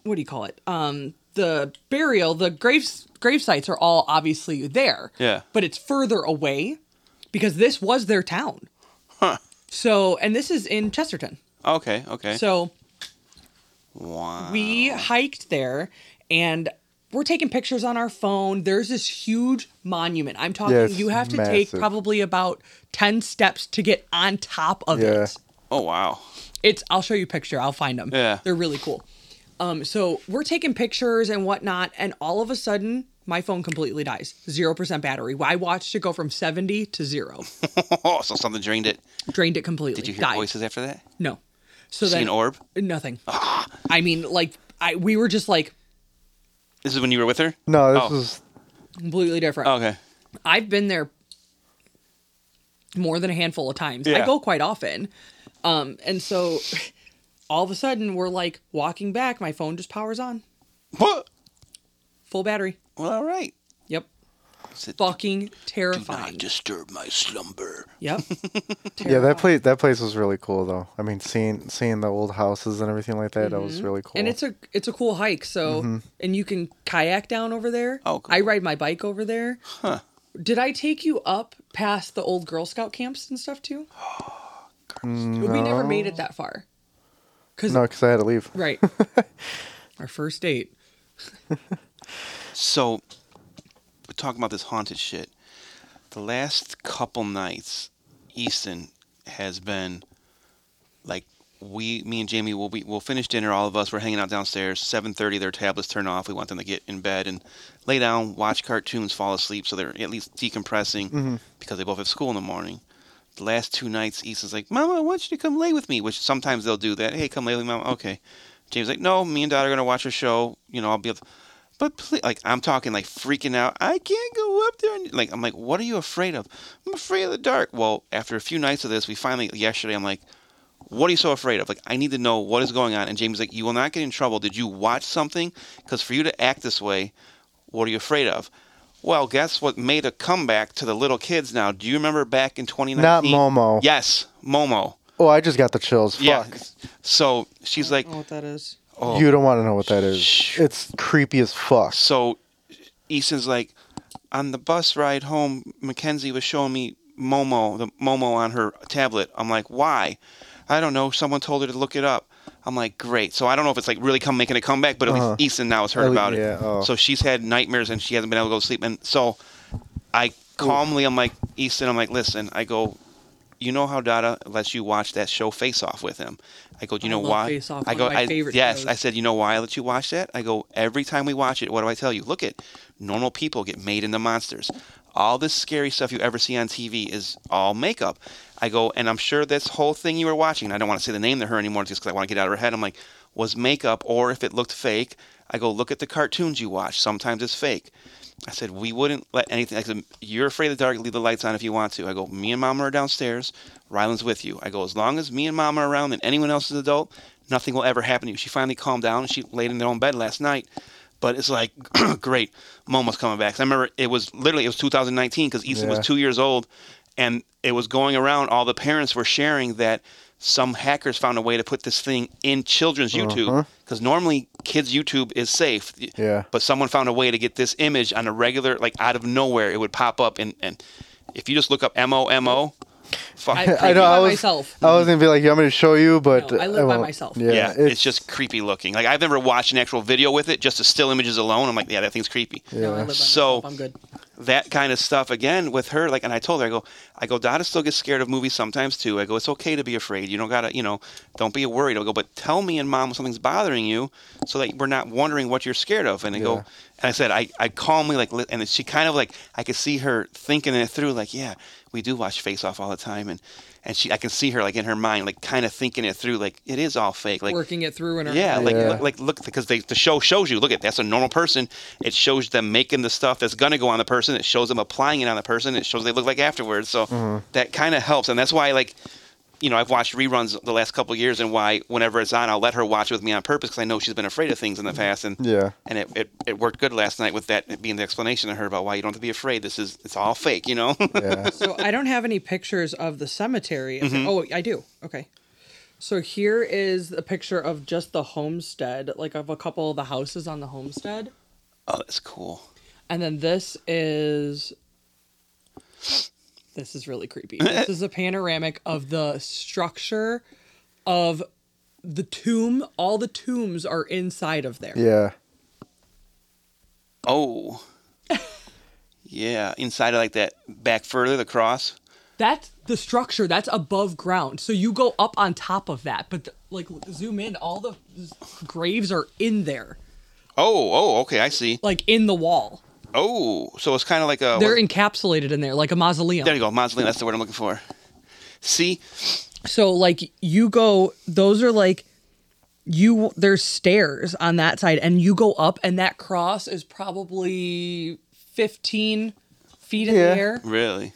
S3: what do you call it um the burial the graves grave sites are all obviously there
S4: Yeah.
S3: but it's further away because this was their town so and this is in chesterton
S4: okay. Okay.
S3: so
S4: wow.
S3: we hiked there and we're taking pictures on our phone. There's this huge monument. I'm talking,
S2: Yeah, it's
S3: you have to take
S2: massive.
S3: probably about 10 steps to get on top of
S2: Yeah.
S3: it.
S4: oh wow.
S3: It's, I'll show you a picture. I'll find them.
S4: Yeah.
S3: They're really cool. Um, so we're taking pictures and whatnot, and all of a sudden, my phone completely dies. Zero percent battery. I watched it go from seventy to zero.
S4: Oh, so something drained it.
S3: Drained it completely.
S4: Did you hear
S3: died.
S4: voices after that?
S3: No. So
S4: See
S3: then
S4: an orb?
S3: nothing.
S4: Ah.
S3: I mean, like I we were just like
S4: This is when you were with her?
S2: No, this
S4: Oh.
S2: is
S3: completely different.
S4: Okay.
S3: I've been there more than a handful of times. I
S4: Yeah.
S3: go quite often. Um, and so all of a sudden we're like walking back, my phone just powers on.
S4: What?
S3: Full battery.
S4: Well, all right.
S3: Yep.
S4: Said,
S3: Fucking
S4: Do not
S3: terrifying.
S4: disturb my slumber.
S3: Yep.
S2: yeah. That place that place was really cool though. I mean, seeing seeing the old houses and everything like that, that was really cool.
S3: Mm-hmm. And it's a it's a cool hike, so
S2: Mm-hmm.
S3: and you can kayak down over there.
S4: Oh, cool.
S3: I ride my bike over there. Huh. Did I take you up past the old Girl Scout camps and stuff too?
S2: Mm,
S3: We never made it that far. Cause
S2: no, because I had to leave.
S3: right, our first date.
S4: So, we're talking about this haunted shit. The last couple nights, Easton has been like we, me and Jamie will be we'll finish dinner. All of us we're hanging out downstairs. Seven thirty, their tablets turn off. We want them to get in bed and lay down, watch cartoons, fall asleep, so they're at least decompressing because they both have school in the morning. The last two nights, Easton's like, "Mama, I want you to come lay with me," which sometimes they'll do that. Hey, come lay with me, Mama. Okay. James like, "No, me and Dad are gonna watch a show. You know, I'll be." Up. But please, like I'm talking, like freaking out. I can't go up there. And, like I'm like, what are you afraid of? I'm afraid of the dark. Well, after a few nights of this, we finally yesterday. I'm like, what are you so afraid of? Like, I need to know what is going on. And Jamie's like, you will not get in trouble. Did you watch something? Because for you to act this way, what are you afraid of? Well, guess what made a comeback to the little kids now? Do you remember back in 2019?
S2: Not Momo.
S4: Yes, Momo.
S2: Oh, I just got the chills. Fuck.
S4: Yeah. So she's like,
S3: what that is?
S4: oh.
S2: You don't want to know what that is.
S4: Shh.
S2: It's creepy as fuck.
S4: So Easton's like, on the bus ride home, Mackenzie was showing me Momo, the Momo on her tablet. I'm like, why? I don't know. Someone told her to look it up. I'm like, great. So I don't know if it's like really come making a comeback, but at
S2: Uh-huh.
S4: least Easton now has heard
S2: At le-
S4: about it.
S2: yeah, oh.
S4: So she's had nightmares and she hasn't been able to go to sleep. And so I calmly, I'm like, Easton, I'm like, listen, I go, you know how Dada lets you watch that show Face Off with him. I go, do you
S3: I
S4: know
S3: love
S4: why?
S3: Face Off,
S4: I
S3: one
S4: go,
S3: of my
S4: I-
S3: favorite
S4: yes.
S3: shows.
S4: I said, you know why I let you watch that? I go, every time we watch it, what do I tell you? Look at normal people get made into monsters. All this scary stuff you ever see on TV is all makeup. I go, and I'm sure this whole thing you were watching, and I don't want to say the name to her anymore just because I want to get out of her head. I'm like, was makeup, or if it looked fake, I go, look at the cartoons you watch. Sometimes it's fake. I said, we wouldn't let anything. I said, you're afraid of the dark. Leave the lights on if you want to. I go, me and mama are downstairs. Rylan's with you. I go, as long as me and mama are around and anyone else is an adult, nothing will ever happen to you. She finally calmed down. and She laid in their own bed last night. But it's like, great, Momo's coming back. 'Cause I remember it was literally, it was 2019 because Ethan
S2: Yeah.
S4: was two years old. And it was going around. All the parents were sharing that some hackers found a way to put this thing in children's YouTube. Because normally kids' YouTube is safe.
S2: Uh-huh. Yeah.
S4: But someone found a way to get this image on a regular, like out of nowhere, it would pop up. And, and if you just look up MOMO, fuck.
S3: I-
S4: creepy.
S2: I know.
S3: by
S2: I was.
S3: myself.
S2: I was gonna be like, "Yeah, I'm gonna show you," but
S3: No, I live by
S2: won't.
S3: myself.
S2: Yeah,
S4: yeah, it's, just creepy looking. Like I've never watched an actual video with it, just the still images alone. I'm like, yeah, that thing's creepy.
S3: No, I live by
S4: So-
S3: myself. I'm good.
S4: That kind of stuff again with her. Like, and I told her, I go, I go, Dada still gets scared of movies sometimes too. I go, it's okay to be afraid. You don't gotta, you know, don't be worried. I go, but tell me and mom when something's bothering you, so that we're not wondering what you're scared of. And I go,
S2: Yeah.
S4: and I said, I, I calmly like, li- and she kind of like, I could see her thinking it through. Like, yeah, we do watch Face Off all the time, and and she, I can see her like in her mind, like kind of thinking it through. Like, it is all fake. Like,
S3: Working it through and
S4: yeah, like
S2: Yeah.
S4: look- like look because they the show shows you look at that's a normal person. It shows them making the stuff that's gonna go on the person. It shows them applying it on the person. It shows they look like afterwards. So
S2: Mm-hmm.
S4: that kind of helps, and that's why like you know I've watched reruns the last couple of years, and why whenever it's on, I'll let her watch with me on purpose because I know she's been afraid of things in the past, and
S2: Yeah.
S4: and it, it it worked good last night with that being the explanation to her about why you don't have to be afraid. This is it's all fake, you know.
S2: yeah.
S3: so I don't have any pictures of the cemetery. If- Oh, I do. Okay. So here is a picture of just the homestead, like of a couple of the houses on the homestead.
S4: oh, that's cool.
S3: And then this is this is really creepy. This is a panoramic of the structure of the tomb. All the tombs are inside of there.
S2: yeah.
S4: Oh. yeah, inside of like that back further the cross.
S3: That's the structure. That's above ground. So you go up on top of that. But the, like zoom in, all the graves are in there,
S4: Oh, oh, okay, I see.
S3: like in the wall.
S4: Oh, so it's kind of like a.
S3: They're encapsulated in there, like a mausoleum.
S4: there you go, mausoleum. That's the word I'm looking for. See,
S3: So like you go those are like you there's stairs on that side and you go up and that cross is probably 15 feet in
S2: Yeah.
S3: the air.
S4: really.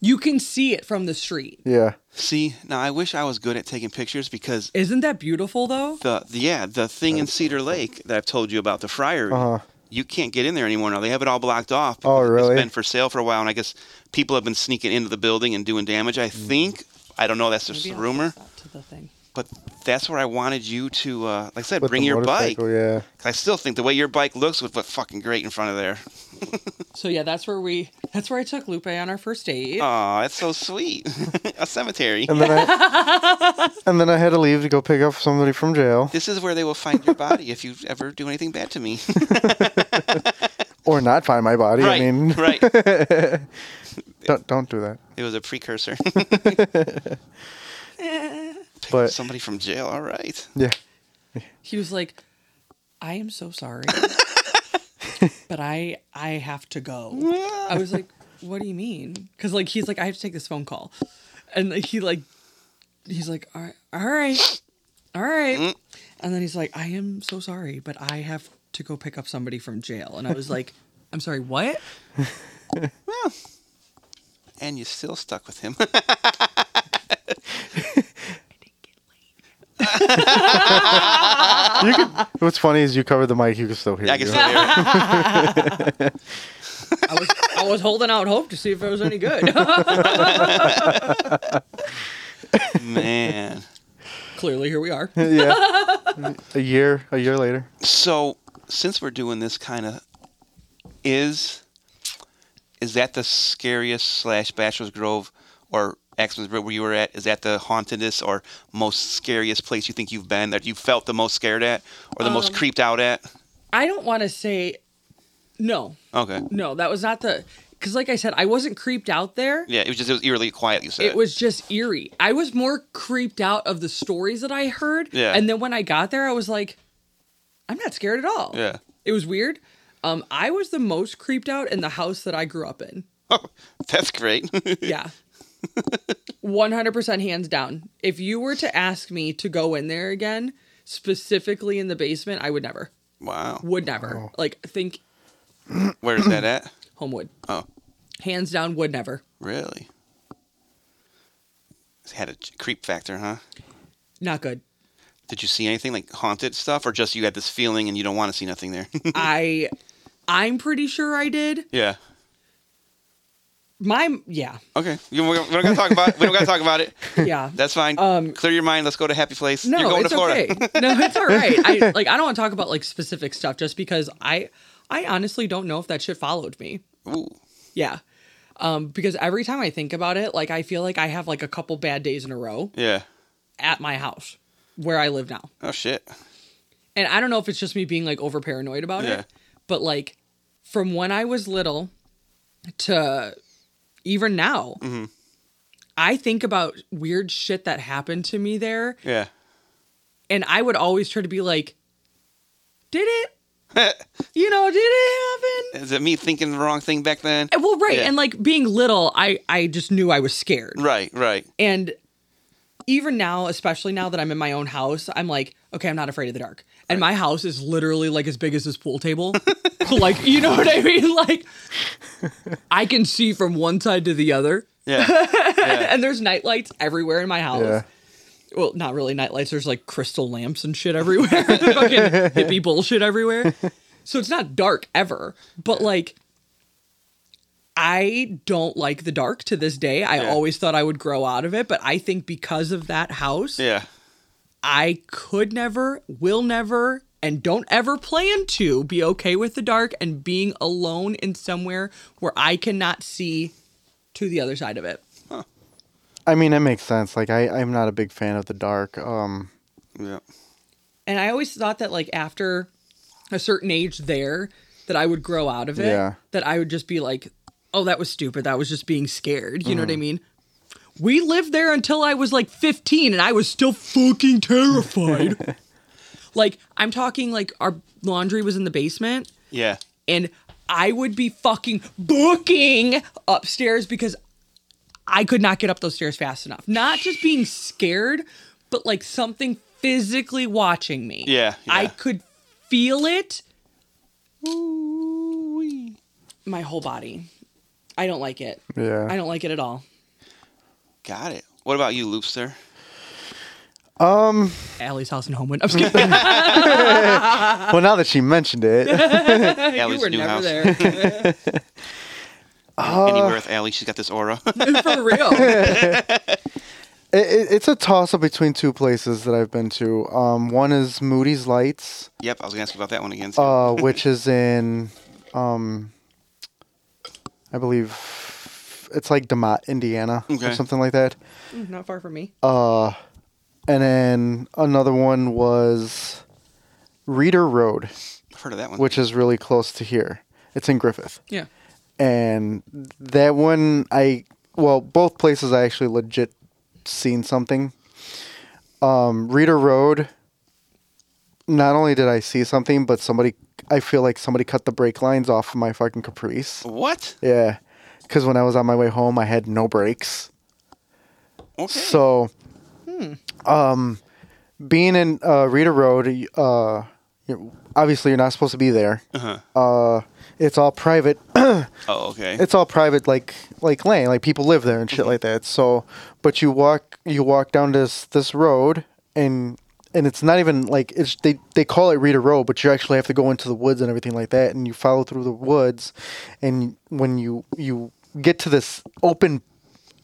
S3: You can see it from the street.
S2: Yeah.
S4: See, now I wish I was good at taking pictures because
S3: Isn't that beautiful though?
S4: the, the yeah the thing in Cedar Lake that I've told you about the friary. You can't get in there anymore now. They have it all blocked off.
S2: Uh-huh. Oh,
S4: because
S2: really?
S4: It's been for sale for a while, and I guess people have been sneaking into the building and doing damage. I
S2: Mm.
S4: think I don't know. That's just
S3: Maybe
S4: a
S3: I'll
S4: rumor.
S3: fix that To the thing.
S4: But that's where I wanted you to, uh, like I said,
S2: With
S4: bring
S2: the
S4: your bike.
S2: motorcycle, Yeah.
S4: 'Cause I still think the way your bike looks would look fucking great in front of there.
S3: So yeah, that's where we that's where I took Lupe on our first date.
S4: Oh, that's so sweet. a cemetery.
S2: And then I and then I had to leave to go pick up somebody from jail
S4: This is where they will find your body if you ever do anything bad to me.
S2: or not find my body.
S4: right.
S2: I mean,
S4: right.
S2: don't, don't do that.
S4: It was a precursor.
S2: But
S4: Somebody from jail. All right.
S2: yeah,
S3: He was like, "I am so sorry, but I I have to go." I was like, "What do you mean?" Because like he's like, "I have to take this phone call," and like, he like he's like, "All right, all right, all right," and then he's like, "I am so sorry, but I have to go pick up somebody from jail," and I was like. I'm sorry, what?
S4: And you still stuck with him.
S2: you could, what's funny is you covered the mic, you can still hear.
S4: I can
S2: you.
S4: still hear it.
S3: I was I was holding out hope to see if it was any good.
S4: Man.
S3: Clearly, here we are.
S2: yeah. A year, a year later.
S4: So since we're doing this kind of is is that the scariest slash Bachelor's Grove or Axman's Grove where you were at? Is that the hauntedest or most scariest place you think you've been that you felt the most scared at or the most creeped out at?
S3: I don't want to say no.
S4: Okay.
S3: No, that was not the. Because, like I said, I wasn't creeped out there.
S4: Yeah, it was just it was eerily quiet. You said
S3: It was just eerie. I was more creeped out of the stories that I heard.
S4: Yeah.
S3: And then when I got there, I was like, I'm not scared at all.
S4: Yeah.
S3: It was weird. Um, I was the most creeped out in the house that I grew up in.
S4: that's great.
S3: Yeah. 100% hands down. If you were to ask me to go in there again, specifically in the basement, I would never.
S4: wow,
S3: Would never. Like, think
S4: where is that at?
S3: Homewood.
S4: Oh,
S3: Hands down, would never.
S4: really? It had a ch- creep factor, huh?
S3: Not good.
S4: Did you see anything like haunted stuff, or just you had this feeling and you don't want to see nothing there?
S3: I I'm pretty sure I did.
S4: yeah.
S3: My yeah.
S4: Okay. You- We're we're not gonna talk about. It. We don't gotta talk about it.
S3: Yeah.
S4: That's fine.
S3: Um,
S4: Clear your mind. Let's go to happy place.
S3: no,
S4: You're going
S3: it's
S4: to Florida.
S3: okay. No, it's all right. I like I don't want to talk about like specific stuff just because I I honestly don't know if that shit followed me.
S4: Ooh.
S3: Yeah. Um, because every time I think about it, like I feel like I have like a couple bad days in a row
S4: Yeah.
S3: at my house where I live now.
S4: Oh shit.
S3: and I don't know if it's just me being like over paranoid about
S4: Yeah.
S3: it, but like from when I was little to even now,
S4: Mm-hmm.
S3: I think about weird shit that happened to me there,
S4: Yeah.
S3: and I would always try to be like, "Did it? you know, did it happen?"
S4: Is it me thinking the wrong thing back then?
S3: And- Well, right,
S4: Yeah.
S3: and like being little, I I just knew I was scared,
S4: Right. Right.
S3: and even now, especially now that I'm in my own house, I'm like, okay, I'm not afraid of the dark. And my house is literally like as big as this pool table. like, you know what I mean? Like, I can see from one side to the other.
S4: Yeah. Yeah.
S3: And there's night lights everywhere in my house.
S2: Yeah.
S3: Well, not really night lights. There's like crystal lamps and shit everywhere. Fucking hippie bullshit everywhere. So it's not dark ever. But like, I don't like the dark to this day. I
S4: Yeah.
S3: always thought I would grow out of it, but I think because of that house,
S4: Yeah.
S3: I could never, will never, and don't ever plan to be okay with the dark and being alone in somewhere where I cannot see to the other side of it.
S2: I mean, it makes sense. Like I, I'm not a big fan of the dark. Um,
S4: Yeah.
S3: And I always thought that like after a certain age there that I would grow out of it.
S2: Yeah.
S3: That I would just be like, "Oh, that was stupid. That was just being scared." You know what I mean? We lived there until I was like 15 and I was still fucking terrified. like, I'm talking like our laundry was in the basement
S4: Yeah.
S3: and I would be fucking booking upstairs because I could not get up those stairs fast enough. Not just being scared, but like something physically watching me.
S4: Yeah,
S3: I
S4: yeah.
S3: could feel it. My whole body. I don't like it.
S2: Yeah.
S3: I don't like it at all.
S4: Got it. What about you, Loopster?
S2: Um,
S3: Allie's house in Homewood. I'm just kidding.
S2: Well, now that she mentioned it,
S4: Allie's
S3: you were
S4: new
S3: never
S4: house.
S3: there.
S2: Uh,
S4: Anywhere with Allie, she's got this aura.
S3: For real.
S2: it, it, it's a toss up between two places that I've been to. Um, one is Moody's Lights,
S4: yep, I was gonna ask you about that one again.
S2: uh, which is in, um, I believe, it's like DeMott, Indiana, or
S4: Okay.
S2: something like that.
S3: Not far from me.
S2: Uh, And then another one was Reader Road,
S4: I've heard of that one.
S2: which is really close to here. It's in Griffith.
S3: yeah.
S2: and that one I well both places I actually legit seen something. Um, Reader Road. Not only did I see something, but somebody I feel like somebody cut the brake lines off of my fucking Caprice.
S4: What?
S2: Yeah, because when I was on my way home, I had no brakes.
S4: Okay.
S2: So, um, being in uh, Rita Road, y- uh, you obviously you're not supposed to be there. Uh-huh. Uh, it's all private.
S4: oh, okay.
S2: it's all private, like like lane, like people live there and
S3: Mm-hmm.
S2: shit like that. So, but you walk you walk down this this road and. And it's not even like it's they, they call it Rita Road, but you actually have to go into the woods and everything like that, and you follow through the woods, and when you you get to this open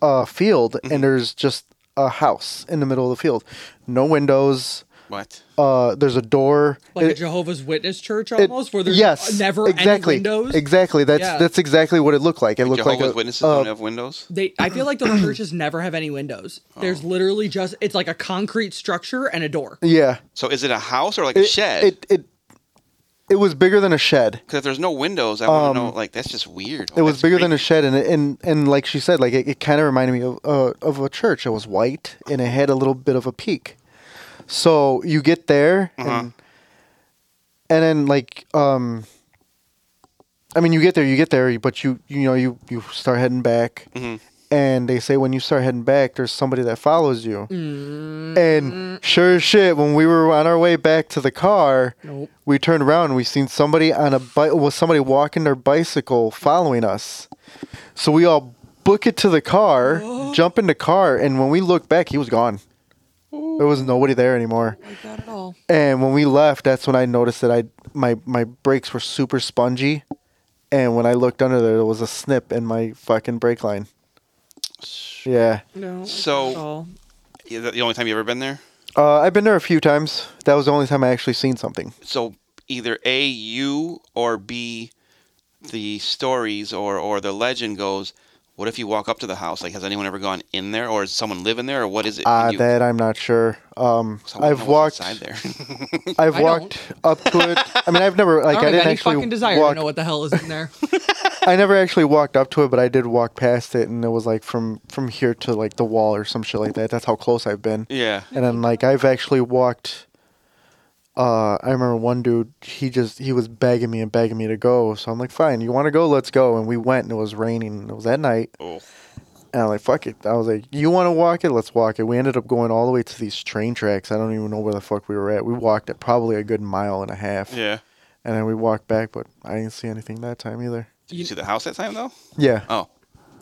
S2: uh, field
S3: Mm-hmm.
S2: and there's just a house in the middle of the field, no windows.
S4: what?
S2: Uh, there's a door.
S3: Like a
S2: It-
S3: Jehovah's Witness church
S2: it-
S3: almost where there's
S2: yes,
S3: never
S2: exactly,
S3: any windows.
S2: Exactly. That's
S3: Yeah.
S2: that's exactly what it looked like. It looked
S4: Jehovah's
S2: like a,
S4: Witnesses
S2: uh,
S4: don't have windows.
S3: They, I feel like those churches never have any windows.
S2: Oh.
S3: There's literally just it's like a concrete structure and a door.
S2: yeah.
S4: So is it a house or like a
S2: It-
S4: shed?
S2: It it it was bigger than a shed.
S4: Because if there's no windows, I want to know. Like that's just weird.
S2: Um, It was bigger than a shed, and and and like she said, like it, it kind of reminded me of uh, of a church. It was white, and it had a little bit of a peak. So you get there,
S4: Uh-huh.
S2: and and then like um, I mean, you get there, you get there, but you you know you you start heading back,
S4: Mm-hmm.
S2: and they say when you start heading back, there's somebody that follows you, Mm. and sure as shit, when we were on our way back to the car,
S3: Nope.
S2: we turned around and we seen somebody on a bike was somebody walking their bicycle following us. So we all book it to the car, jump in the car, and when we looked back, he was gone. There was nobody there anymore.
S3: Not at all.
S2: And when we left, that's when I noticed that I my my brakes were super spongy. And when I looked under there, there was a snip in my fucking brake line. Yeah,
S3: No.
S4: So-
S3: not at all.
S4: Is that the only time you ever been there?
S2: uh, I've been there a few times. That was the only time I actually seen something.
S4: So either a you or b the stories or or the legend goes. What if you walk up to the house? Like, has anyone ever gone in there, or is someone living there, or what is it?
S2: Uh,
S4: You-
S2: that I'm not sure. Um,
S4: someone
S2: I've
S4: knows
S2: walked.
S4: inside there.
S2: I've
S3: I
S2: walked up to it. I mean, I've never like
S3: I
S2: I,
S3: don't have
S2: didn't
S3: any
S2: actually
S3: fucking desire
S2: walk.
S3: to know what the hell is in there.
S2: I never actually walked up to it, but I did walk past it, and it was like from from here to like the wall or some shit like that. That's how close I've been.
S4: yeah.
S2: And then like I've actually walked. Uh, I remember one dude. He just he was begging me and begging me to go. So I'm like, fine, you want to go? Let's go. And we went, and it was raining. and It was that night.
S4: Oh.
S2: And I'm like, fuck it. I was like, you want to walk it? Let's walk it. We ended up going all the way to these train tracks. I don't even know where the fuck we were at. We walked it probably a good mile and a half.
S4: Yeah.
S2: And then we walked back, but I didn't see anything that time either.
S4: Did you see the house that time though?
S2: Yeah.
S4: Oh,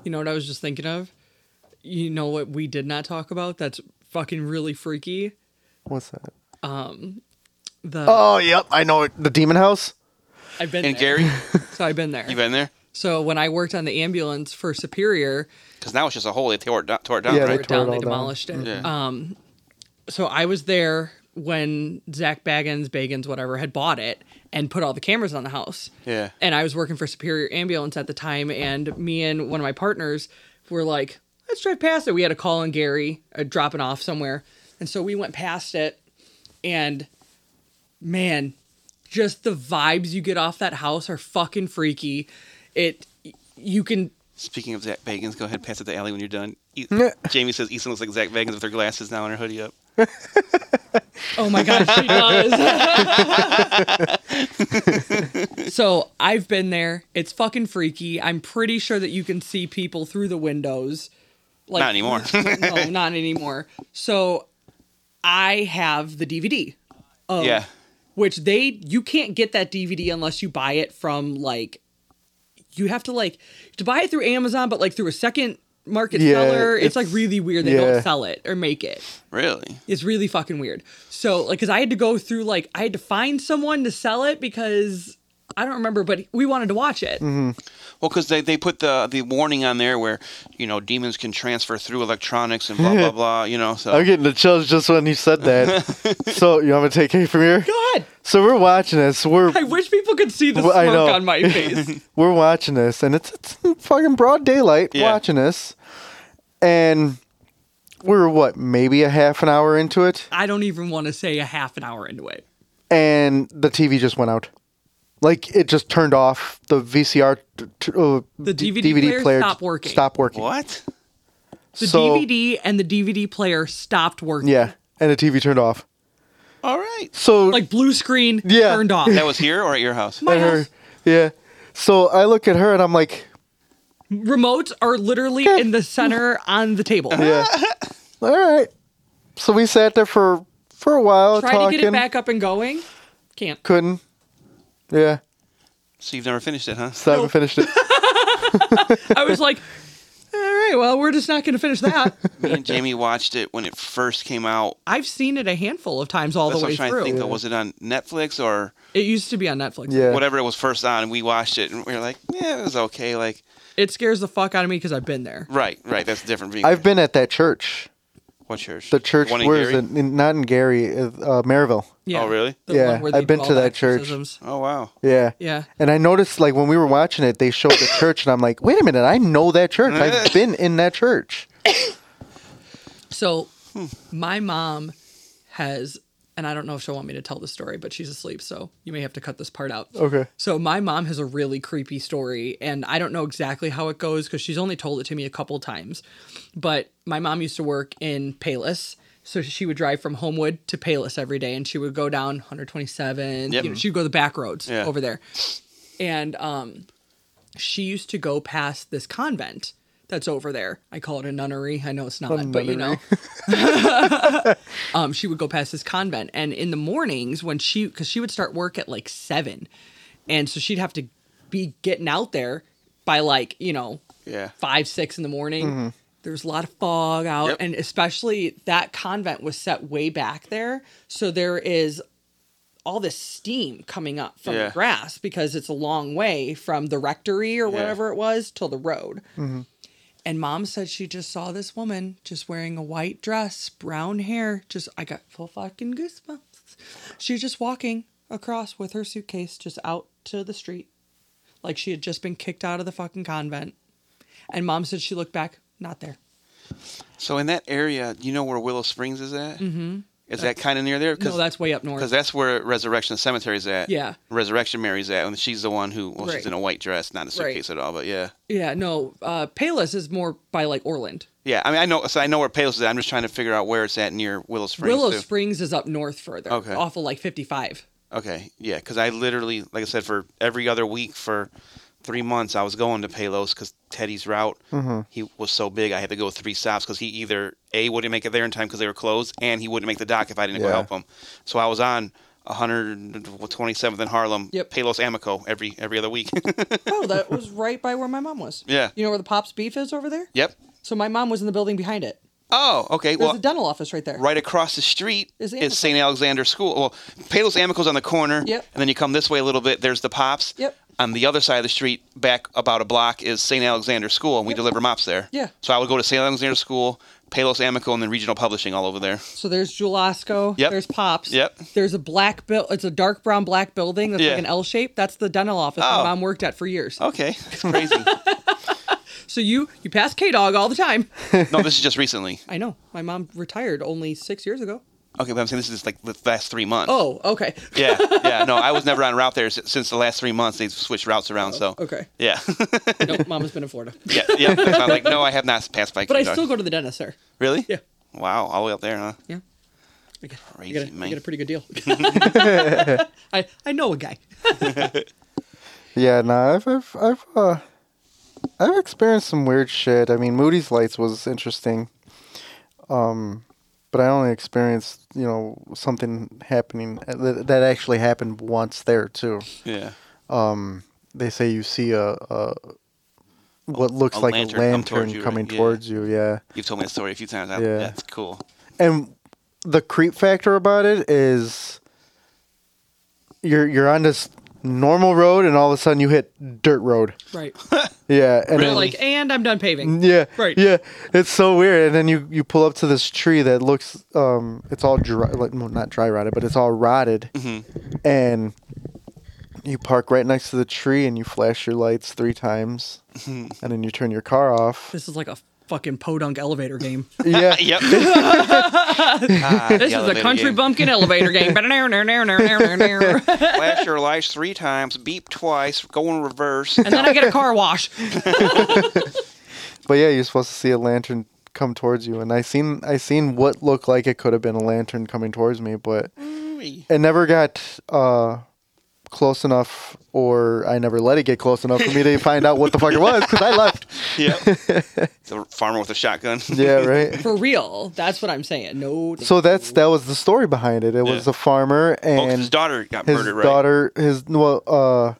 S3: You know what I was just thinking of? You know what we did not talk about? That's fucking really freaky.
S2: What's that?
S3: The
S2: Oh, yep. I know it. The Demon House?
S3: I've been
S4: and
S3: there.
S4: Gary,
S3: So I've been there.
S4: you been there?
S3: So when I worked on the ambulance for Superior,
S4: Because now it's just a hole. They tore it down. Tore it down
S2: Yeah,
S4: right?
S3: tore it down,
S2: it
S3: they
S2: all down.
S3: demolished it.
S4: Yeah.
S3: Um, so I was there when Zach Baggins, Bagans, whatever, had bought it and put all the cameras on the house.
S4: Yeah.
S3: And I was working for Superior Ambulance at the time, and me and one of my partners were like, "Let's drive past it." We had a call on Gary uh, dropping off somewhere, and so we went past it, and man, just the vibes you get off that house are fucking freaky. It you can
S4: Speaking of Zach Bagans, go ahead, pass it to Allie when you're done. E-
S2: Yeah.
S4: Jamie says Easton looks like Zach Bagans with her glasses now and her hoodie up.
S3: Oh my gosh, she does. so I've been there. It's fucking freaky. I'm pretty sure that you can see people through the windows. Like,
S4: Not anymore.
S3: no, not anymore. So I have the DVD,
S4: yeah.
S3: which they you can't get that DVD unless you buy it from like you have to like to buy it through Amazon, but like through a second market
S2: Yeah,
S3: seller. It's, like
S2: it's-
S3: really weird. They
S2: yeah.
S3: don't sell it or make it.
S4: Really?
S3: It's really fucking weird. So, like, because I had to go through, like, I had to find someone to sell it because I don't remember, but we wanted to watch it.
S2: Mm-hmm.
S4: Well, because they, they put the the warning on there where you know demons can transfer through electronics and blah blah blah. You know, so
S2: I'm getting the chills just when you said that. so you want me to take it from here?
S3: Go ahead.
S2: So we're watching this. We're
S3: I wish people could see the
S2: Well, I
S3: smirk
S2: know.
S3: on my face.
S2: we're watching this, and it's, it's in fucking broad daylight
S4: Yeah.
S2: watching this, and we're what maybe a half an hour into it,
S3: I don't even want to say a half an hour into it.
S2: and the TV just went out. Like it just turned off the VCR, t- t- uh,
S3: The
S2: d-
S3: DVD
S2: DVD
S3: player stopped working.
S2: Stop working.
S4: what?
S3: The
S2: So-
S3: DVD and the DVD player stopped working.
S2: Yeah, and the TV turned off.
S4: All right,
S2: So
S3: Like, blue screen
S2: Yeah.
S3: turned off.
S4: that was here or at your house?
S3: my
S2: and her,
S3: house,
S2: yeah. So I look at her and I'm like,
S3: remotes are literally in the center on the table.
S2: yeah. All right. So we sat there for for a while
S3: Try
S2: talking.
S3: to get it back up and going. Can't.
S2: Couldn't. Yeah.
S4: So you've never finished it, huh?
S2: So I haven't finished it.
S3: I was like, all right, well, we're just not going to finish that.
S4: Me and Jamie watched it when it first came out.
S3: I've seen it a handful of times all
S4: That's
S3: the
S4: what I'm
S3: way
S4: trying
S3: through.
S4: to think. Though, was it on Netflix or
S3: It used to be on Netflix.
S2: Yeah.
S4: whatever it was first on? And we watched it, and we were like, "Yeah, it was okay." Like,
S3: It scares the fuck out of me because I've been there.
S4: right, right. That's different. Being
S2: I've been at that church.
S4: what church?
S2: The church
S4: One in
S2: where is
S4: Gary?
S2: it? In, not in Gary, uh, uh, Maryville.
S3: Yeah.
S4: Oh, really?
S3: The
S2: Yeah,
S3: one where they
S2: I've been
S3: do
S2: to
S3: all the
S2: that church.
S3: exorcisms.
S4: Oh wow.
S2: Yeah.
S3: Yeah.
S2: And I noticed like when we were watching it, they showed the church, and I'm like, wait a minute, I know that church. I've been in that church.
S3: So
S4: Hmm.
S3: my mom has, and I don't know if she'll want me to tell the story, but she's asleep, so you may have to cut this part out.
S2: Okay.
S3: So my mom has a really creepy story, and I don't know exactly how it goes because she's only told it to me a couple times. But my mom used to work in Palis, so she would drive from Homewood to Palis every day, and she would go down 127.
S4: Yep.
S3: You know, she'd go the back roads
S4: Yeah.
S3: over there, and um, she used to go past this convent that's over there. I call it a nunnery. I know it's not, but you know. um, she would go past this convent, and in the mornings when she, because she would start work at like seven, and so she'd have to be getting out there by like you know
S4: Yeah.
S3: five six in the morning. There was a lot of fog out,
S4: Mm-hmm. Yep.
S3: and especially that convent was set way back there, so there is all this steam coming up from
S4: Yeah.
S3: the grass because it's a long way from the rectory or
S4: Yeah.
S3: whatever it was till the road. And mom said she just saw this woman just wearing a white dress, brown hair. Just, I got full fucking goosebumps. She was just walking across with her suitcase just out to the street. Like she had just been kicked out of the fucking convent. And mom said she looked back, not there.
S4: So in that area, you know where Willow Springs is at? Mm-hmm. Is that kind of near there?
S3: No, that's way up
S4: because
S3: north.
S4: that's where Resurrection Cemetery is at.
S3: Yeah.
S4: Resurrection Mary's at, and she's the one who well,
S3: Right.
S4: she's in a white dress, not a
S3: Right.
S4: suitcase at all, but yeah,
S3: yeah, no, uh, Palis is more by like Orland.
S4: yeah. I mean, I know, so I know where Palos is. at. I'm just trying to figure out where it's at near Willow Springs.
S3: Willow
S4: too.
S3: Springs is up north further,
S4: Okay.
S3: off of like 55.
S4: Okay, yeah, because I literally, like I said, for every other week for three months, I was going to Palos because Teddy's route he was so big, I had to go three stops because he either a wouldn't make it there in time because they were closed, and he wouldn't make the dock if I didn't go
S2: Yeah.
S4: help him. So I was on 127th in Harlem,
S3: Yep.
S4: Palos Amico every every other week.
S3: Oh, that was right by where my mom was.
S4: Yeah.
S3: You know where the Pops Beef is over there?
S4: yep.
S3: So my mom was in the building behind it.
S4: Oh, okay.
S3: There's
S4: Well,
S3: a dental office right there.
S4: right across the street
S3: Is
S4: is,
S3: Amico.
S4: St. Alexander School. Well, Palos Amico's on the corner.
S3: Yep.
S4: And then you come this way a little bit. There's the Pops.
S3: Yep.
S4: On the other side of the street, back about a block, is St. Alexander School, and we deliver mops there.
S3: Yeah.
S4: So I would go to St. Alexander School, Palos Amico, and then regional publishing all over there.
S3: So there's Julasco.
S4: Yep.
S3: There's Pops.
S4: Yep.
S3: There's a black bill. It's a dark brown black building that's
S4: Yeah.
S3: like an L shape. That's the dental office my
S4: Oh.
S3: mom worked at for years.
S4: Okay, that's crazy.
S3: So you you pass K Dog all the time.
S4: no, this is just recently.
S3: I know. My mom retired only six years ago.
S4: Okay, but I'm saying this is like the last three months.
S3: Oh, okay.
S4: Yeah, yeah. No, I was never on route there s- since the last three months. They've switched routes around. So
S3: Oh, Okay.
S4: yeah,
S3: Nope, mama's been in Florida.
S4: yeah, yeah. So I'm like, no, I have not passed by.
S3: But I
S4: Kentucky.
S3: still go to the dentist there.
S4: really.
S3: Yeah.
S4: Wow, all the way up there, huh?
S3: Yeah. I get, I
S4: Crazy
S3: get a, I
S4: man.
S3: get a pretty good deal. I, I know a guy.
S2: Yeah, no, I've I've I've uh, I've experienced some weird shit. I mean, Moody's Lights was interesting, um, but I only experienced you know something happening uh, that, that actually happened once there too.
S4: Yeah.
S2: They say you see a, a what looks
S4: a
S2: like
S4: lantern
S2: a
S4: come
S2: lantern
S4: towards you, right?
S2: coming
S4: Yeah.
S2: towards you. Yeah,
S4: You've told me that story a few times. I,
S2: Yeah.
S4: That's cool.
S2: and the creep factor about it is you're you're on this normal road and all of a sudden you hit dirt road.
S3: Right.
S2: Yeah, and
S3: They're
S2: then-
S3: like, and I'm done paving.
S2: Yeah.
S3: Right.
S2: Yeah. It's so weird. And then you, you pull up to this tree that looks, um, it's all dry, like, well, not dry rotted, but it's all rotted. And you park right next to the tree and you flash your lights three times and then you turn your car off.
S3: This is like a fucking podunk elevator game.
S2: Yeah.
S4: Yep.
S3: Uh,
S4: Ah,
S3: This is a country bumpkin elevator game. and
S4: Flash your lights three times, beep twice, go in reverse.
S3: then I get a car wash.
S2: But yeah, you're supposed to see a lantern come towards you. And I seen, I seen what looked like it could have been a lantern coming towards me, but it never got, uh, close enough or I never let it get close enough for me to find out what the fuck it was because I left.
S4: yep. The farmer with a shotgun.
S2: Yeah, right.
S3: For real. That's what I'm saying. No.
S2: So that's that was the story behind it. It was
S4: Yeah.
S2: a farmer
S4: Well,
S2: and
S4: Oh, his daughter got
S2: his
S4: murdered, right?
S2: daughter, his well, uh,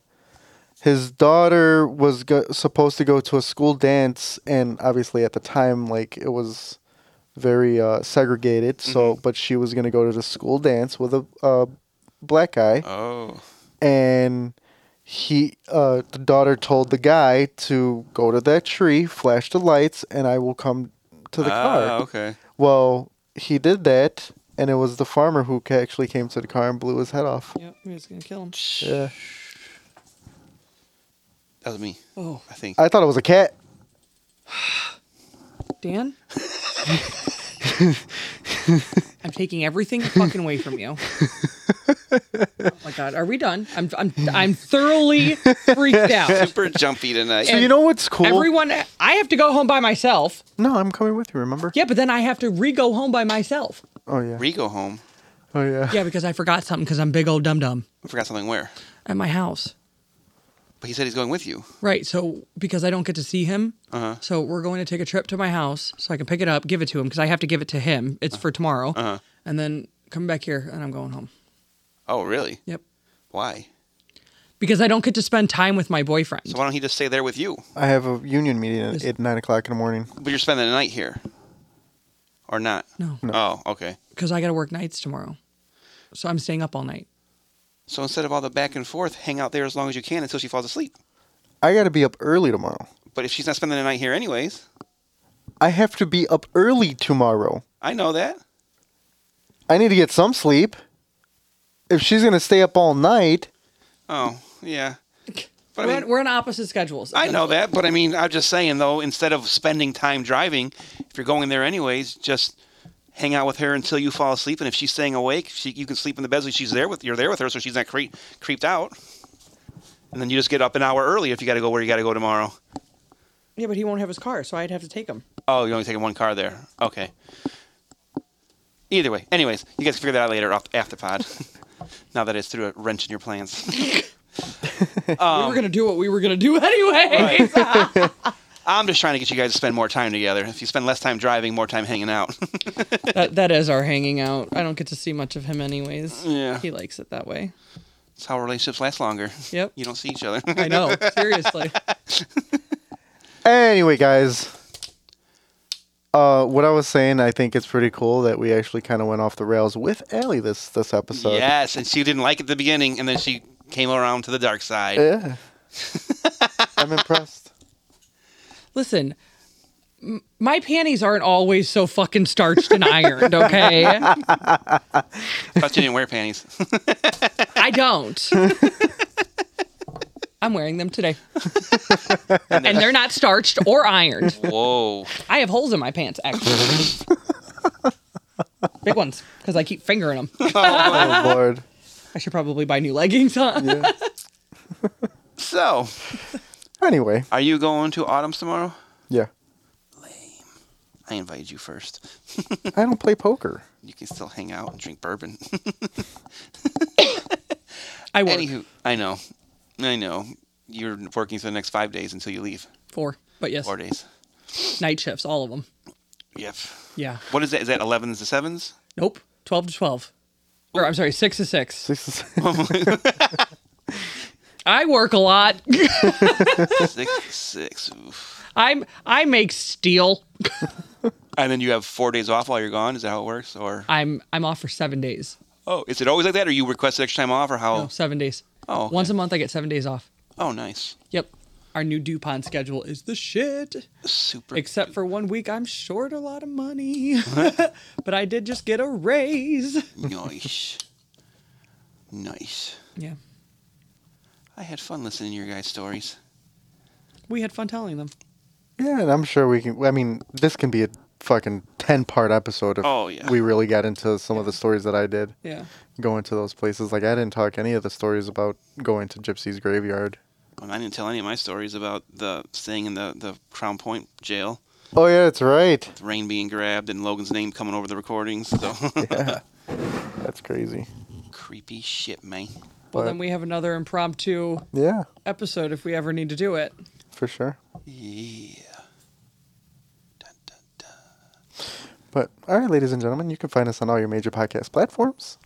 S2: his daughter was go- supposed to go to a school dance, and obviously at the time, like it was very uh, segregated. So,
S4: Mm-hmm.
S2: but she was gonna go to the school dance with a uh, black guy,
S4: Oh.
S2: and he, uh, the daughter told the guy to go to that tree, flash the lights, and I will come to the car.
S4: Ah, okay.
S2: Well, he did that, and it was the farmer who ca- actually came to the car and blew his head off.
S3: Yep, it's gonna kill him.
S2: Yeah.
S4: That was me,
S3: Oh,
S4: I think.
S2: I thought it was a cat.
S3: Dan. I'm taking everything fucking away from you. Oh my god, are we done? I'm I'm I'm thoroughly freaked out.
S4: Super jumpy tonight.
S2: So you know what's cool?
S3: Everyone, I have to go home by myself.
S2: no, I'm coming with you. Remember?
S3: Yeah, but then I have to re go home by myself.
S2: Oh yeah.
S4: Rigo home.
S2: Oh yeah.
S3: Yeah, because I forgot something because I'm big old dum dum
S4: I forgot something where.
S3: at my house.
S4: But he said he's going with you.
S3: Right. So because I don't get to see him,
S4: Uh-huh.
S3: so we're going to take a trip to my house so I can pick it up, give it to him because I have to give it to him. It's for tomorrow,
S4: Uh-huh.
S3: and then come back here and I'm going home.
S4: Oh, really?
S3: Yep.
S4: Why?
S3: Because I don't get to spend time with my boyfriend.
S4: So why don't he just stay there with you?
S2: I have a union meeting at,
S3: Yes.
S2: at nine o'clock in the morning.
S4: But you're spending the night here. Or not?
S3: no,
S4: Oh, okay.
S3: because I got to work nights tomorrow, so I'm staying up all night.
S4: So instead of all the back and forth, hang out there as long as you can until she falls asleep.
S2: I got to be up early tomorrow.
S4: But if she's not spending the night here anyways,
S2: I have to be up early tomorrow.
S4: I know that.
S2: I need to get some sleep. If she's gonna stay up all night,
S4: Oh, yeah. But I
S3: We're,
S4: mean-
S3: on, we're on opposite schedules.
S4: I know that, but I mean, I'm just saying though, instead of spending time driving, if you're going there anyways, just hang out with her until you fall asleep. And if she's staying awake, she, you can sleep in the bed. so She's there with you're there with her, so she's not creep, creeped out. And then you just get up an hour early if you got to go where you got to go tomorrow.
S3: Yeah, but he won't have his car, so I'd have to take him.
S4: Oh, you're only taking one car there. Okay. Either way, anyways, you guys can figure that out later off after pod. now that it's through a wrench in your plans.
S3: we
S4: Um.
S3: were gonna do what we were gonna do anyway.
S4: I'm just trying to get you guys to spend more time together. If you spend less time driving, more time hanging out.
S3: that, that is our hanging out. I don't get to see much of him anyways.
S4: Yeah.
S3: he likes it that way.
S4: That's how relationships last longer.
S3: Yep.
S4: You don't see each other.
S3: I know. Seriously.
S2: anyway, guys. Uh, what I was saying, I think it's pretty cool that we actually kind of went off the rails with Allie this this episode.
S4: yes, and she didn't like it at the beginning, and then she came around to the dark side.
S2: Yeah. I'm impressed.
S3: Listen, m- my panties aren't always so fucking starched and ironed, okay?
S4: Thought she didn't wear panties.
S3: I don't. I'm wearing them today. and they're not starched or ironed.
S4: Whoa.
S3: I have holes in my pants, actually. Big ones, because I keep fingering them.
S2: Oh lord.
S3: I should probably buy new leggings, huh?
S4: So,
S2: Anyway,
S4: are you going to Autumn's tomorrow?
S2: yeah.
S4: I invited you first.
S2: I don't play poker.
S4: You can still hang out and drink bourbon.
S3: I work
S4: Anywho, I know, I know. You're working for the next five days until you leave.
S3: four, but yes,
S4: Four days.
S3: night shifts, all of them.
S4: Yep.
S3: Yeah.
S4: What is that? Is that elevens to sevens?
S3: Nope. 12 to 12. Or I'm sorry, 6 to 6.
S2: This is
S3: I work a lot.
S4: six, six. Oof.
S3: I'm I make steel.
S4: And then you have four days off while you're gone. Is that how it works? Or
S3: I'm I'm off for 7 days.
S4: oh, is it always like that? Or you request extra time off? Or how?
S3: No, 7 days.
S4: Oh, okay.
S3: Once a month I get 7 days off.
S4: Oh, nice.
S3: Yep. Our new Dupont schedule is the shit.
S4: Super.
S3: Except for one week I'm short a lot of money. but I did just get a raise.
S4: nice. Nice.
S3: Yeah.
S4: I had fun listening to your guys' stories.
S3: We had fun telling them.
S2: Yeah, and I'm sure we can. I mean, this can be a fucking ten part episode if
S4: Oh, yeah.
S2: we really got into some of the stories that I did
S3: Yeah.
S2: going to those places. Like I didn't talk any of the stories about going to Gypsy's graveyard.
S4: And I didn't tell any of my stories about the staying in the, the Crown Point jail,
S2: Oh yeah, that's right.
S4: with Rain being grabbed, and Logan's name coming over the recordings. So
S2: That's crazy.
S4: creepy shit, man.
S3: Well,
S2: But-
S3: then we have another impromptu
S2: Yeah,
S3: episode if we ever need to do it.
S2: for sure.
S4: Yeah. Dun, dun, dun.
S2: But all right, ladies and gentlemen, you can find us on all your major podcast platforms,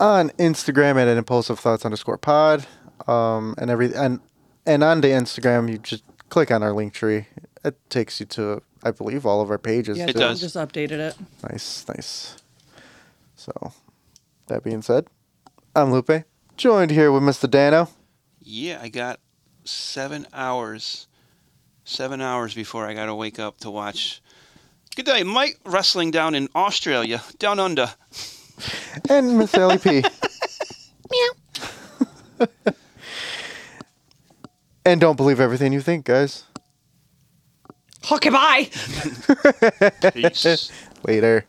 S2: on Instagram at an impulsive thoughts underscore pod, um, and every and and on the Instagram you just click on our link tree. It takes you to I believe all of our pages.
S3: Yeah,
S2: too.
S4: It does.
S3: just updated it.
S2: Nice, nice. So, that being said, I'm Lupe, joined here with Mr. Dano.
S4: Yeah, I got seven hours, seven hours before I got to wake up to watch. Good day, Mike. Wrestling down in Australia, down under.
S2: and Miss Sally P. and don't believe everything you think, guys.
S3: Okay, bye.
S4: Peace.
S2: Later.